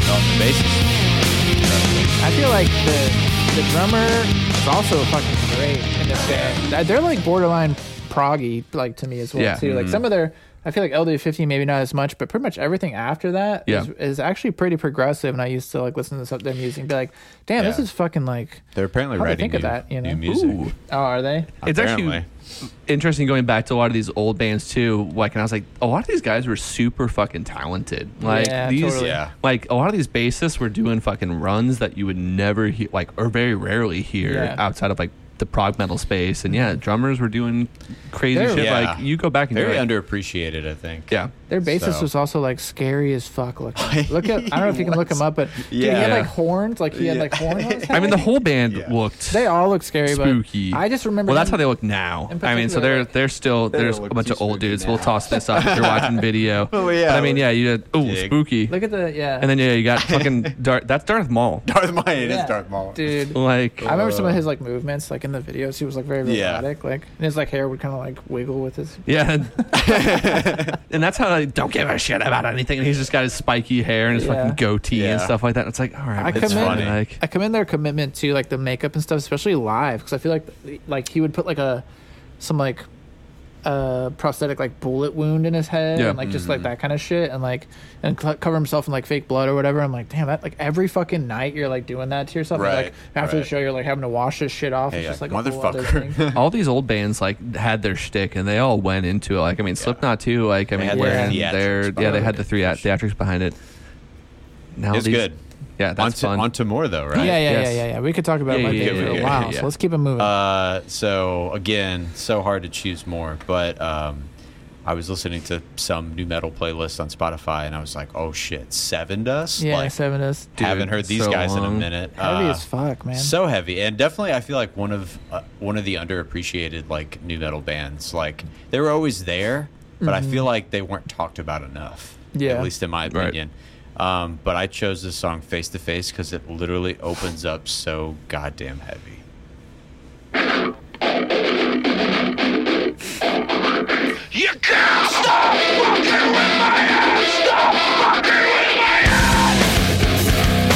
Oh, the bass is-
I feel like the the drummer is also fucking great in this band. Th- They're like borderline proggy, like to me as well
Yeah.
too. Like some of their, I feel like LD50 maybe not as much, but pretty much everything after that is
Yeah.
is actually pretty progressive. And I used to like listen to some of their music and be like, damn, this
Yeah.
is fucking like.
They're apparently
How'd they
writing
think of
new,
that, you know?
new music.
Ooh.
Oh, are they?
It's actually
Apparently.
interesting going back to a lot of these old bands too. Like, and I was like, a lot of these guys were super fucking talented. Like
Yeah,
these,
totally.
Yeah.
like a lot of these bassists were doing fucking runs that you would never hear, like, or very rarely hear
Yeah.
outside of like the prog metal space, and yeah, drummers were doing crazy
They're-
shit.
Yeah.
Like you go back and
Very
you're like,
underappreciated, I think.
Yeah.
Their bassist
So-
was also like scary as fuck looking. Look at I don't know if you can look him up, but dude, he had
Yeah.
like horns, like he had
Yeah.
like horns. On his head.
I mean, the whole band looked.
They all look scary,
spooky.
but I just remember.
Well, that's
him-
how they look now.
in
I mean, so
particular,
they're they're still there's a bunch of old dudes. We'll toss this up if you're watching video.
Oh, yeah.
But I mean, yeah, you did. Ooh, spooky.
Look at the yeah.
And then yeah, you got fucking Darth. That's Darth Maul.
Darth Maul. It
Yeah. Darth
Maul.
Dude,
Like
I remember some of his like movements, like in the videos. He was like very
uh, Yeah.
robotic, like and his like hair would kind of like wiggle with his.
Yeah. and- and that's how they don't give a shit about anything. And he's just got his spiky hair and his
Yeah.
fucking goatee and
Yeah.
stuff like that. And it's like, all right,
I
man, it's
commend,
funny. Like,
I commend their commitment to like the makeup and stuff, especially live, because I feel like like he would put like a some like uh prosthetic like bullet wound in his head
Yeah. Mm-hmm.
and like just like that kind of shit and like and cl- cover himself in like fake blood or whatever i'm like damn that like every fucking night you're like doing that to yourself and,
Right,
like after the
right.
show you're like having to wash this shit off it's just like a whole other thing.
all these old bands like had their shtick, and they all went into it. Like, I mean, Slipknot too. Like, I mean,
had their
wearing
theatrics
their yeah, they
behind
had the three theatrics behind it. Now
It's
these-
good.
Yeah, that's
onto,
fun.
Onto more though, right?
yeah yeah, yeah yeah yeah we could talk about
Yeah,
my
yeah,
favorite
yeah,
for a
yeah,
while
yeah.
so let's keep it moving
Uh, so again, so hard to choose more, but um, I was listening to some new metal playlist on Spotify, and I was like, "Oh shit, Seven Dust."
yeah
like,
seven is
haven't heard these guys in a minute.
heavy
Uh,
as fuck man
So heavy, and definitely, I feel like one of uh, one of the underappreciated like new metal bands. Like they were always there, but I
Mhm.
feel like they weren't talked about enough.
Yeah.
at least in my opinion. Um, but I chose this song "Face to Face" because it literally opens up so goddamn heavy.
You can't stop fucking with my head. Stop fucking with my head.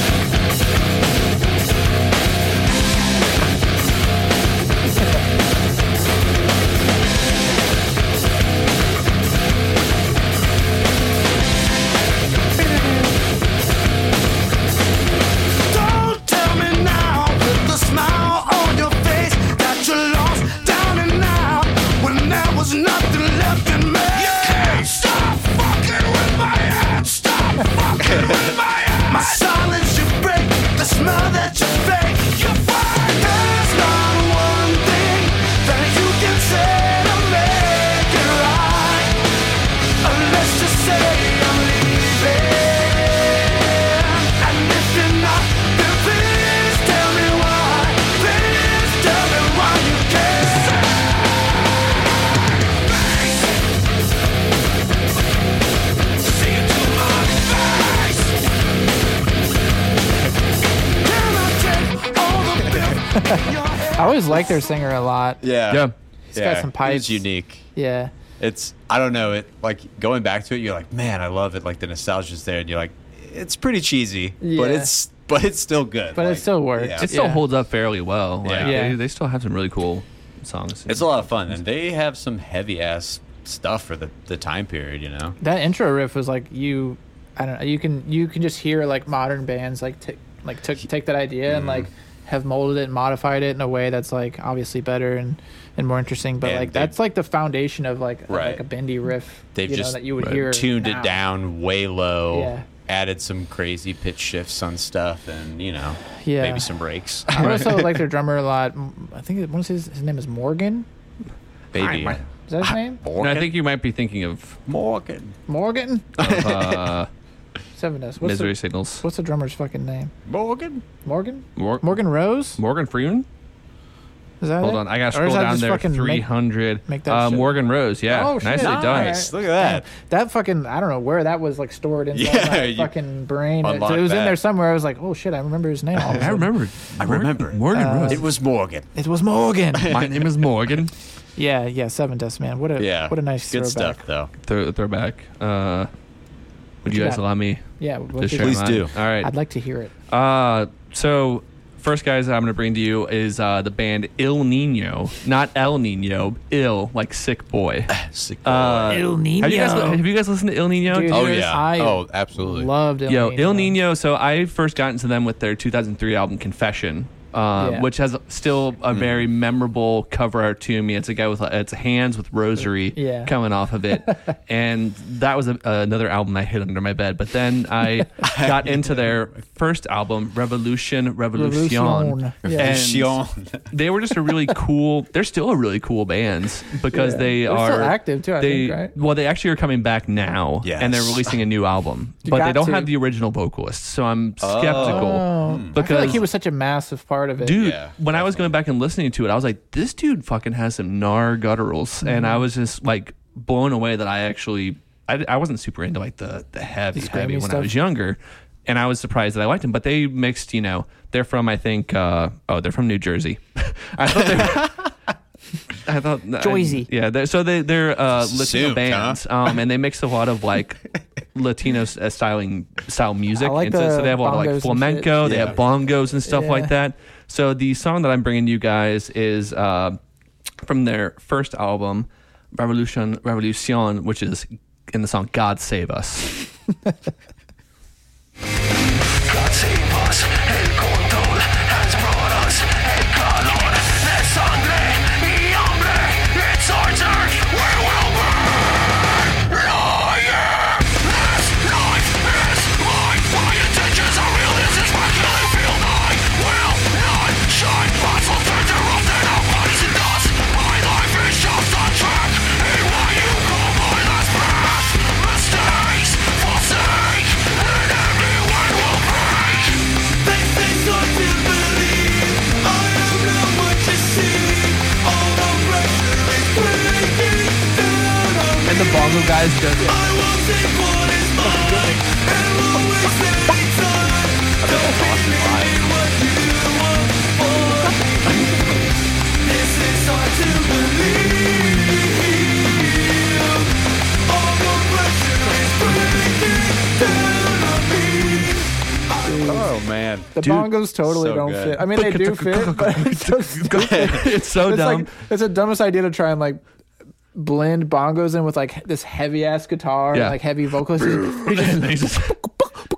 Don't tell me now with the smile on your face that you lost down and out when there was nothing left in me. You can't stop fucking with my head. Stop fucking with my head. My silence you break, the smell that you fake. You find there's not one thing that you can say to make it right, unless you say I'm leaving. And if you're not, then please tell me why. Please tell me why you can't see into my face. Can I take all the
i always like their singer a lot
Yeah, yeah.
He's got some pipes.
It's unique.
yeah
It's I don't know it like going back to it. You're like, man, I love it. Like the nostalgia's there, and you're like, it's pretty cheesy,
Yeah.
but it's but it's still good.
But it
Like,
still works.
yeah.
It still holds up fairly well. Like,
Yeah.
They,
Yeah.
they still have some really cool songs.
It's a lot of fun, and they have some heavy ass stuff for the, the time period, you know.
that intro riff was like you i don't know you can you can just hear like modern bands like t- like took take that idea
Mm-hmm.
and like have molded it and modified it in a way that's like obviously better and and more interesting but
And
like
they-
that's like the foundation of like, of, like
Right.
a bendy riff
They've
you know,
just
that you would hear
tuned
now.
it down way low,
Yeah.
added some crazy pitch shifts on stuff, and you know,
Yeah.
maybe some breaks.
i also like their drummer a lot M- i think one of his, his name is morgan
baby.
is
Ah,
that his name
No, I think you might be thinking of,
Morgan.
morgan
of uh,
seven s what's
Misery
the,
Signals.
what's the drummer's fucking name
Morgan.
morgan
Mor-
morgan rose
Morgan Freeman.
is that
Hold
it?
on, I gotta
Or is
scroll
that
down
just
there.
fucking
Three
make-
hundred.
make that
Uh,
shit.
Morgan Rose. Yeah,
Oh, shit.
nicely
All
done.
right. Damn. That fucking I don't know where that was like stored inside
Yeah,
my
you
fucking brain. It,
unlocked
it was in
that.
there somewhere. I was like, oh shit, I remember his name. all of a
I
sudden.
remember. I remember. Morgan
Uh,
Rose.
It
was Morgan.
It was Morgan.
My name is Morgan.
Yeah, yeah, Seven Dust Man. What a what a nice throwback.
though.
Throw, throwback. Uh, would you
you
guys
got?
allow me?
Yeah,
to
what you
share
got? Please
mine?
do.
All right.
I'd like to hear it.
Uh, so first guys that I'm gonna bring to you is uh, the band Il Nino, not El Nino. Ill like sick boy.
sick
boy.
Il
Uh, Have you guys,
Niño.
have you guys listened to Il Nino?
Dude,
Uh,
Oh, yeah. I Oh,
absolutely.
Loved Il
Yo,
Niño.
Il Nino. So I first got into them with their 2003 album Confession. um,
Yeah.
which has still a very memorable cover art to me. It's a guy with uh, it's hands with rosary
Yeah.
coming off of it, and that was a, another album I hid under my bed. But then I got into their first album, Revolution Revolution,
Revolution.
Yeah.
And they were just a really cool. They're still a really cool band because they
They're
are
still active too, I
they
think, right?
well, they actually are coming back now,
Yes.
and they're releasing a new album, but they
got
don't
to.
have the original vocalist. So I'm skeptical
Oh, I feel
because
like he was such a massive part of it.
dude
Yeah,
when i was going back and listening to it i was like this dude fucking has some gnar gutturals
Mm-hmm.
and i was just like blown away that i actually i, I wasn't super into like the the heavy
screamy
heavy when i
stuff?
was younger and i was surprised that i liked him but they mixed you know they're from i think uh oh they're from new jersey i thought they were I thought I-
Jersey.
yeah, they're, so they they're uh, Latino
Assumed,
bands, um, and they mix a lot of like Latino s- uh, styling style music.
like
and so, so
the
they have a lot of
bongos
like
and
flamenco. Oh, They
Yeah.
have bongos and stuff like
Yeah.
that. So the song that I'm bringing you guys is uh, from their first album, Revolution Revolution, which is in the song "God Save Us."
God save us, el control has brought us el calor de sangre y hambre. It's our turn, we will burn. Liar! This life is mine. My intentions are real, this is my killing field. I will not shine. Fossil center of the now bodies in dust. My life is just a track. And why you call my last breath? Mistakes forsake, and everyone will break. They think I can believe I am not what you see. All the pressure is breaking down on me.
and the bongo guys just
I will take what is mine, and will waste any time. Don't be me what you want for me. This is hard to believe. All the pressure is breaking down on me.
Oh man,
the bongos totally
so
don't
good.
fit. I mean, they do fit, but it's so stupid.
it's so
it's
dumb.
like it's the dumbest idea to try and like blend bongos in with like this heavy ass guitar
Yeah.
and like heavy vocals. He just-
he's, just-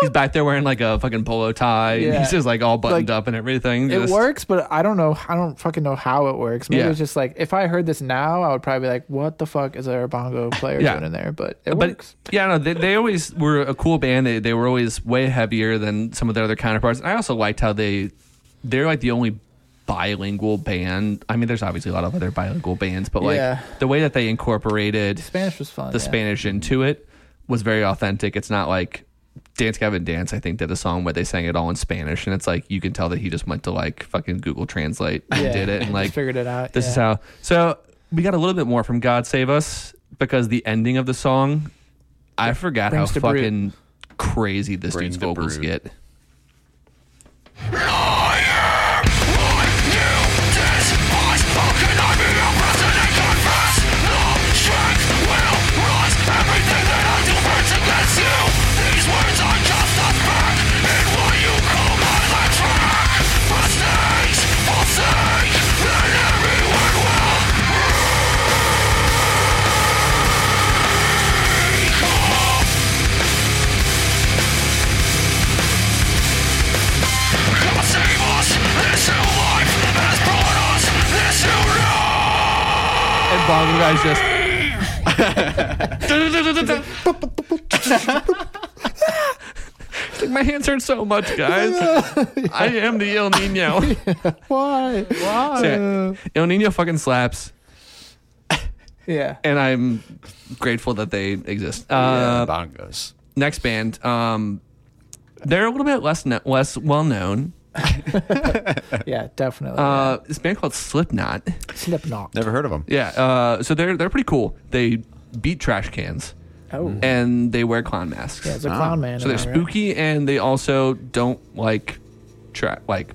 he's back there wearing like a fucking polo tie. And
Yeah.
he's just like all buttoned
Like,
up and everything.
it
Just-
works, but I don't know. I don't fucking know how it works. Maybe
Yeah.
it's just like if I heard this now, I would probably be like, "What the fuck is there a bongo player
Yeah.
doing in there?" But it
but
works.
yeah, no, they, they always were a cool band. They they were always way heavier than some of their other counterparts. And I also liked how they they're like the only bilingual band. I mean, there's obviously a lot of other bilingual bands, but like
Yeah.
the way that they incorporated
Spanish was fun.
the
yeah.
Spanish into it was very authentic. It's not like Dance Gavin Dance, I think, did a song where they sang it all in Spanish, and it's like you can tell that he just went to like fucking Google Translate and
Yeah,
did it, and
just
like
figured it out.
This
Uh, yeah.
is how. So we got a little bit more from God Save Us because the ending of the song, I forgot how
brings to brute.
fucking crazy this
Brings
dude's
to
vocals
brute.
get.
God save us, this new life has brought us this new life.
And Bongo guys just. It's like, My hands hurt so much, guys. I am the El Nino.
Why? Why?
So, El Nino fucking slaps,
yeah.
and I'm grateful that they exist.
Yeah,
Uh,
bongos.
next band. Um, they're a little bit less kno- less well known.
Yeah. Definitely.
Uh, this band called Slipknot.
Slipknot.
Never heard of them.
Yeah. Uh, so they're they're pretty cool. They beat trash cans
Oh.
and they wear clown masks.
Yeah, it's a clown man.
Ah, so they're
in there, right?
spooky and they also don't like tra- like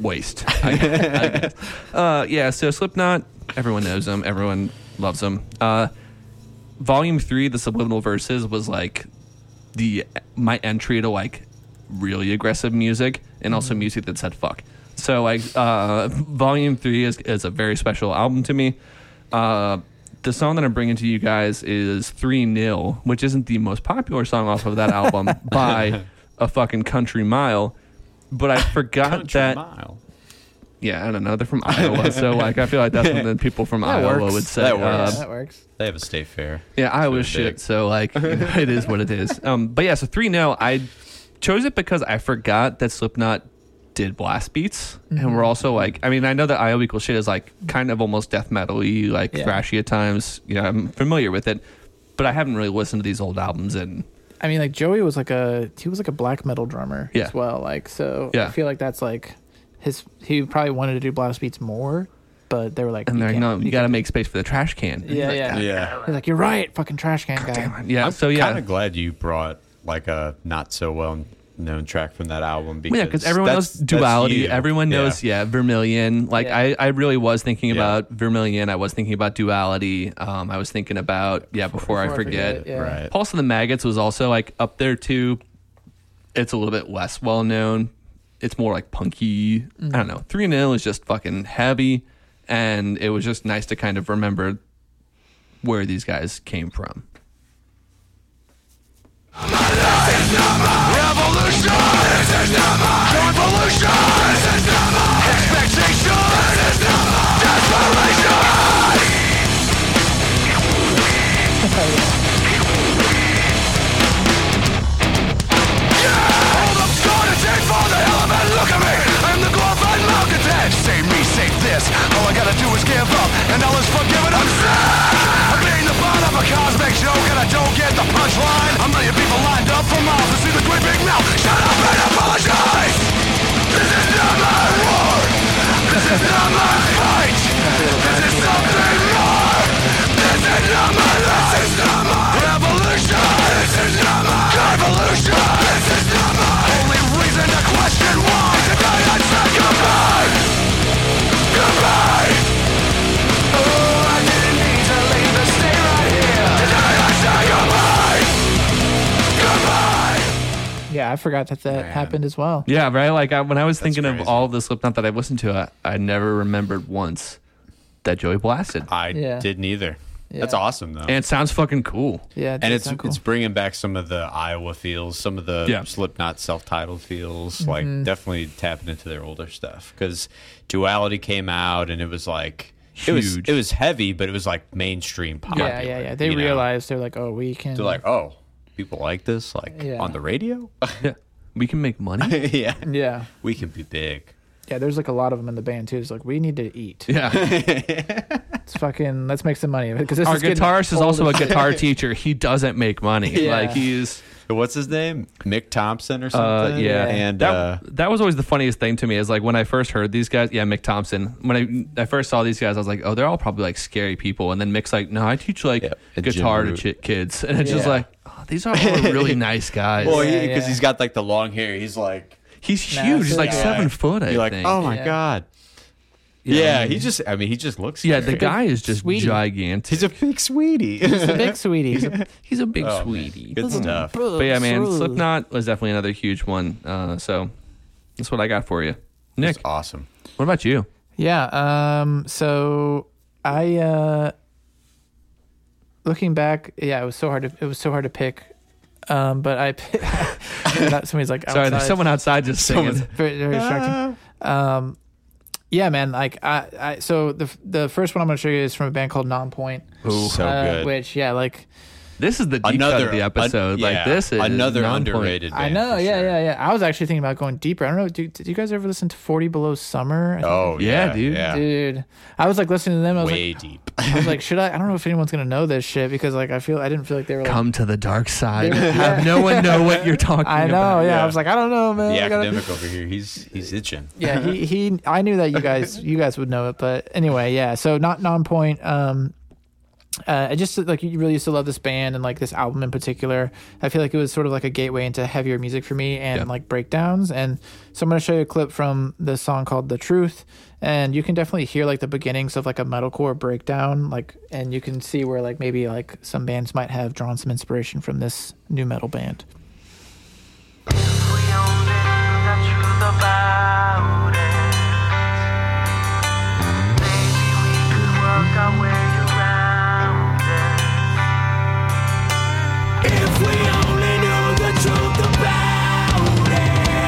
waste. I guess- I guess. uh, yeah. So Slipknot, everyone knows them. Everyone loves them. Uh, volume three, the subliminal verses was like the my entry to like really aggressive music and
Mm-hmm.
also music that said fuck. So like uh, volume three is is a very special album to me. Uh, the song that I'm bringing to you guys is Three Nil, which isn't the most popular song off of that album by a fucking country mile, but I forgot
Country
that.
Mile.
Yeah, I don't know. They're from Iowa, so like I feel like that's something people from
That
Iowa
works.
would say.
That works.
Uh,
That works.
They have a state fair.
Yeah, Iowa
what it
shit.
is.
So like, you know, it is what it is. Um, but yeah, so three no. I chose it because I forgot that Slipknot did blast beats, and
Mm-hmm.
we're also like, I mean, I know that Iowa equals shit is like kind of almost death metal-y, like
Yeah.
thrashy at times. You know, I'm familiar with it, but I haven't really listened to these old albums and.
I mean, like Joey was like a he was like a black metal drummer
Yeah.
as well. Like so,
Yeah.
I feel like that's like his. He probably wanted to do blast beats more, but they were like,
And
"You
they're like,
can't."
no, you got to make space for the trash can.
yeah, yeah,
Yeah.
He's like, you're right, fucking trash can guy.
Yeah.
I'm
so yeah,
kind of glad you brought like a not so well known track from that album because
Well, yeah, because everyone knows
that's- that's
duality.
you.
Everyone
Yeah.
knows, yeah, Vermilion. Like
Yeah.
I, I really was thinking
Yeah.
about Vermilion. I was thinking about duality. Um, I was thinking about yeah, before, I forget.
yeah.
Right.
Pulse of the Maggots was also like up there too. It's a little bit less well known. It's more like punky. I don't know. Three and L is just fucking heavy, and it was just nice to kind of remember where these guys came from.
Revolution! This is never! Convolution! This is never! Expectation! This is never! Desperation! Yeah! Hold up, score to take for the hell of it, look at me! I'm the glorified malcontent! Save me, save this! All I gotta do is give up, and all is forgiven, I'm sick! I'm being the butt of a cosmic joke, and I don't get the punchline! A million people lined up for miles to see the great big mouth! Shut up and apologize! This is not my war! This is not my fight! This is something more! This is not my life! This is not my revolution! This is not my convolution! This is not my only reason to question why! Tonight I said goodbye! Goodbye! Oh, I didn't need to leave, but stay right here! Tonight I said goodbye! Goodbye!
Yeah, I forgot that that happened as well.
Yeah, right. Like I, when I was thinking of
crazy.
all the Slipknot that I've listened to, I, I never remembered once that Joey blasted.
I
Yeah.
didn't either. That's
Yeah.
awesome though.
and it sounds fucking cool.
Yeah,
and
does
it's
sound cool.
it's bringing back some of the Iowa feels, some of the
Yeah.
Slipknot self-titled feels,
Mm-hmm.
like definitely tapping into their older stuff because Duality came out and it was like it was
Huge.
it was heavy, but it was like mainstream pop.
yeah, yeah, yeah. They realized they're like, oh, we can.
they're like, oh, people like this, like
Yeah.
on the radio.
Yeah, we can make money.
yeah,
yeah,
we can be big.
yeah. There's like a lot of them in the band too. It's like we need to eat.
Yeah,
It's fucking. Let's make some money of it because
our guitarist is also a guitar teacher. He doesn't make money.
Yeah.
Like he's
What's his name? Mick Thompson or
uh,
something.
yeah.
and
that,
uh,
that was always the funniest thing to me is like when I first heard these guys. Yeah, Mick Thompson. When I I first saw these guys, I was like, oh, they're all probably like scary people. And then Mick's like, no, I teach like
Yeah, and Jim
guitar to
Root.
ch- kids, and it's just
Yeah.
like. oh, These are all really nice guys.
well, because
Yeah, yeah.
he's got like the long hair, he's like
He's
Nah,
huge. He's
so
like
yeah.
seven foot. I
You're like,
think.
oh my
Yeah.
god.
You know what
Yeah,
I
he
mean?
just. I mean, he just looks.
Yeah,
scary.
the guy is just
Sweetie.
gigantic.
He's a big sweetie.
big sweetie.
He's a big
Oh, man.
sweetie.
Good stuff.
But yeah, man, Slipknot was definitely another huge one. Uh, so that's what I got for you, Nick.
It's awesome.
What about you?
Yeah. Um. So I uh. Looking back, yeah, it was so hard to it was so hard to pick, um. But I, pi- somebody's like,
Sorry,
outside.
there's someone Ah. outside just singing.
very, very distracting. Um, yeah, man. Like I, I so the f- the first one I'm gonna show you is from a band called Nonpoint,
Ooh.
So
uh,
good.
which yeah, like
This is the deep cut
another
of the episode.
un- yeah,
like this is
another
non-point.
underrated.
I
band
know,
for
yeah,
sure.
yeah, yeah. I was actually thinking about going deeper. I don't know. Do, did you guys ever listen to Forty Below Summer? I think-
Oh
Yeah,
yeah,
dude.
Yeah.
dude, I was like listening to them. I was
Way
like,
deep.
I was like, should I? I don't know if anyone's gonna know this shit because like I feel I didn't feel like they were. Like,
Come to the dark side. Have no one know what you're talking
I know.
about.
Yeah.
yeah.
I was like, I don't know, man.
the
I gotta-
academic over here, he's he's itching.
yeah he, he i knew that you guys you guys would know it but anyway yeah so not non-point um uh, I just like you really used to love this band and like this album in particular. I feel like it was sort of like a gateway into heavier music for me and
Yeah.
like breakdowns. And so I'm gonna show you a clip from the song called "The Truth," and you can definitely hear like the beginnings of like a metalcore breakdown. Like, and you can see where like maybe like some bands might have drawn some inspiration from this new metal band.
We only the truth about it. Maybe we could work our way around it. If we only knew the truth about it,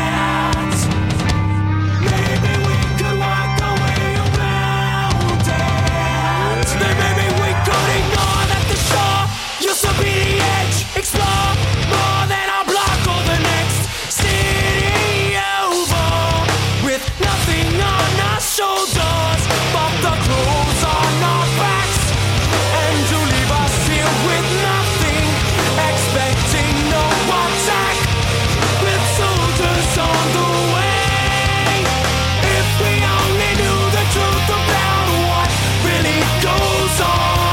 the edge, explore more than our block or the next city over. With nothing on our shoulders, but the clothes on our backs. And you leave us here with nothing, expecting no attack. With soldiers on the way. If we only knew the truth about what really goes on.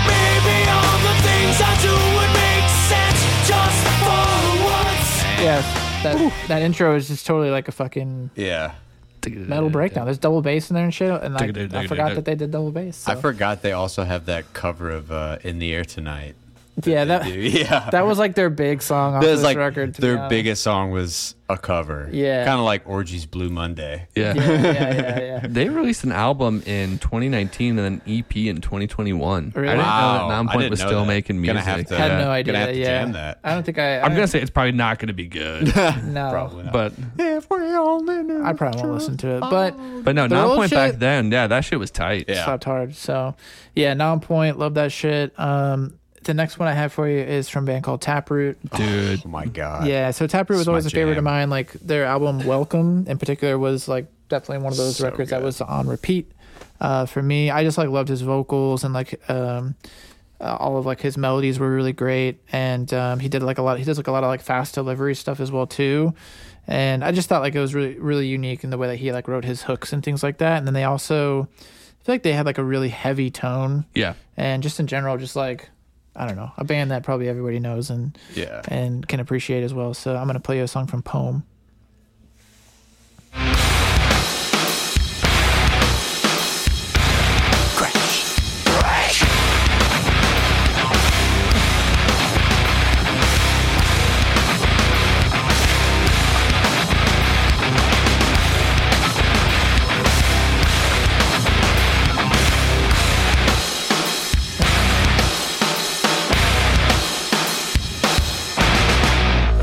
Maybe all the things I do would make sense just for once.
Yeah, that, that intro is just totally like a fucking
Yeah.
metal breakdown. There's double bass in there and shit, and like,
Digga-dig,
I
digga-dig,
forgot
dig.
that they did double bass. so.
I forgot they also have that cover of uh, "In the Air Tonight."
yeah, that
do. Yeah.
that was like their big song off
That was
this
like
record. to be
their
honest.
biggest song was a cover.
Yeah.
Kind of like Orgy's Blue Monday.
Yeah.
yeah, yeah, yeah.
They released an album in 2019 and an EP in 2021.
Really?
I didn't
Wow,
know that
I
Nonpoint
didn't
was
know
still
that.
making
Gonna
music.
have to-
I had
Yeah.
no idea.
Gonna have to
yeah,
jam that.
I don't think I. I
I'm gonna say it's probably not gonna be good,
no.
Probably not.
but
If we only knew.
I probably won't listen to it, but
but no,
The old
Nonpoint back
shit-
then, yeah, that shit was tight.
Yeah.
slapped hard. So yeah, non-point. Love that shit. Um, the next one I have for you is from a band called Taproot.
dude.
Oh my god.
Yeah, so Taproot was
It's my
always a favorite
jam.
of mine. Like their album Welcome in particular was like definitely one of those
So
records that
good.
was on repeat uh, for me. I just like loved his vocals and like um, uh, all of like his melodies were really great. And um, he did like a lot. He does like a lot of like fast delivery stuff as well too. And I just thought like it was really really unique in the way that he like wrote his hooks and things like that. And then they also I feel like they had like a really heavy tone
Yeah,
and just in general just like I don't know a band that probably everybody knows and
Yeah.
and can appreciate as well. So I'm gonna play you a song from Poem.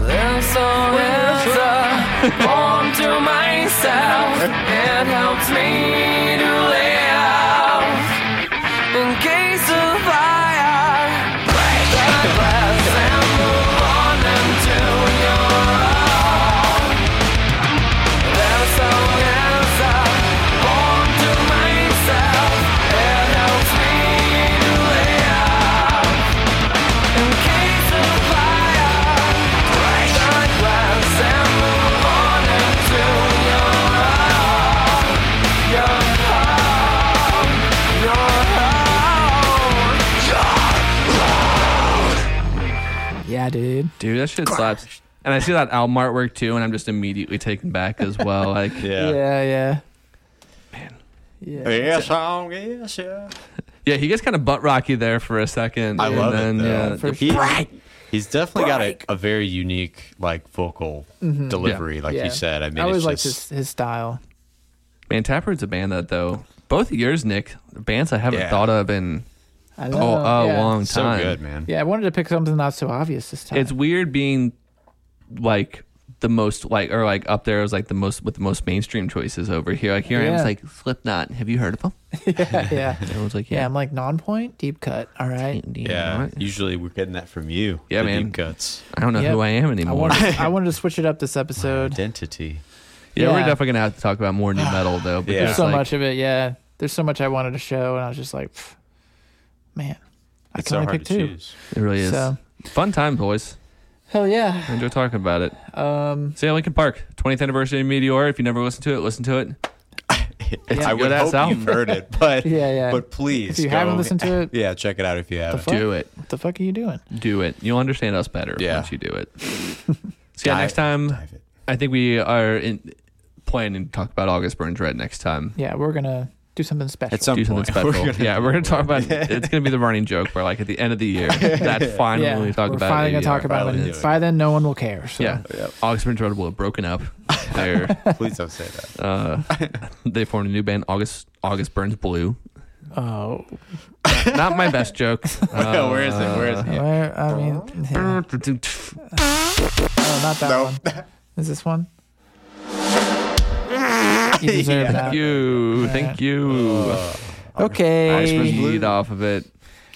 There's a river born to myself. It helps me to live in case of fire. Break the glass and move on into your own. There's a river born to myself. It helps me to live in case of fire.
Yeah, dude.
dude, that shit slaps. And I see that album artwork too, and I'm just immediately taken back as well. Like,
Yeah.
Yeah, yeah.
Yeah, song, yes, yeah.
yeah, he gets kind of butt rocky there for a second.
I
and
love
then,
it though.
For
Yeah,
He- He's definitely got a, a very unique like vocal delivery, like
Yeah.
you said. I mean,
I always
it's
liked
just
his his style.
man, Taproot's a band that though. Both of yours, Nick, bands I haven't
Yeah.
thought of in
I
oh, a
yeah.
long
so
time.
good, man.
Yeah, I wanted to pick something not so obvious this time.
it's weird being like the most like or like up there is like the most with the most mainstream choices over here. Like here I am, it's
Yeah.
like Slipknot. Have you heard of them?
yeah, yeah.
Everyone's like,
Yeah,
yeah,
I'm like non-point, deep cut. All right.
Yeah,
right.
usually we're getting that from you.
Yeah,
the
man.
Deep cuts,
I don't know
Yep.
who I am
I
anymore.
wanted I wanted to switch it up this episode.
identity.
yeah, we're
yeah.
definitely gonna have to talk about more new metal though.
There's
Because
There's so
like,
much of it. Yeah, there's so much I wanted to show, and I was just like, pff, man, I
It's
can
so
only
hard
pick
to
two.
choose.
It really is.
So
Fun time, boys.
hell yeah.
I enjoy talking about it.
Um,
So yeah, Lincoln Park, 20th anniversary of Meteor. If you never listened to it, listen to it. It's
I
a
would
good ass
hope
album.
you've heard it, but
Yeah, yeah.
But please,
If you
go-
haven't listened to it-
yeah, check it out if you haven't.
fuck?
Do it.
what the fuck are you doing?
Do it. You'll understand us better
Yeah.
once you do it. so yeah,
Dive-
next time
dive it.
I think we are in, planning to talk about August Burns Red next time.
Yeah, we're gonna do something special.
At some
Do something
point,
special.
We're gonna-
yeah, we're gonna talk about. It's gonna be the running joke where, like, at the end of the year, that's finally
yeah,
when we talk
we're
about.
finally gonna
ADR.
talk about
finally
it.
doing it.
By then, no one will care. So.
Yeah, August Burns Red will have broken up. They're,
please don't say that.
uh, they formed a new band, August August Burns Blue.
Oh,
Not my best joke. Uh,
Where is it? Where is it?
well, I mean, yeah. oh, not that one. Is this one? You deserve that.
Thank you, thank you.
Okay.
August Burns lead off of it.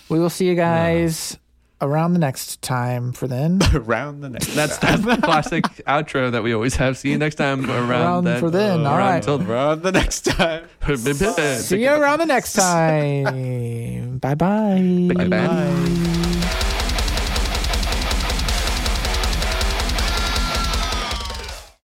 We will see you guys around the next time for then.
around the next.
That's that's the classic outro that we always have. See you next time around,
Around
then.
for then, all
around
right.
till-
around the next time.
See you around the next time. Bye-bye.
Bye-bye.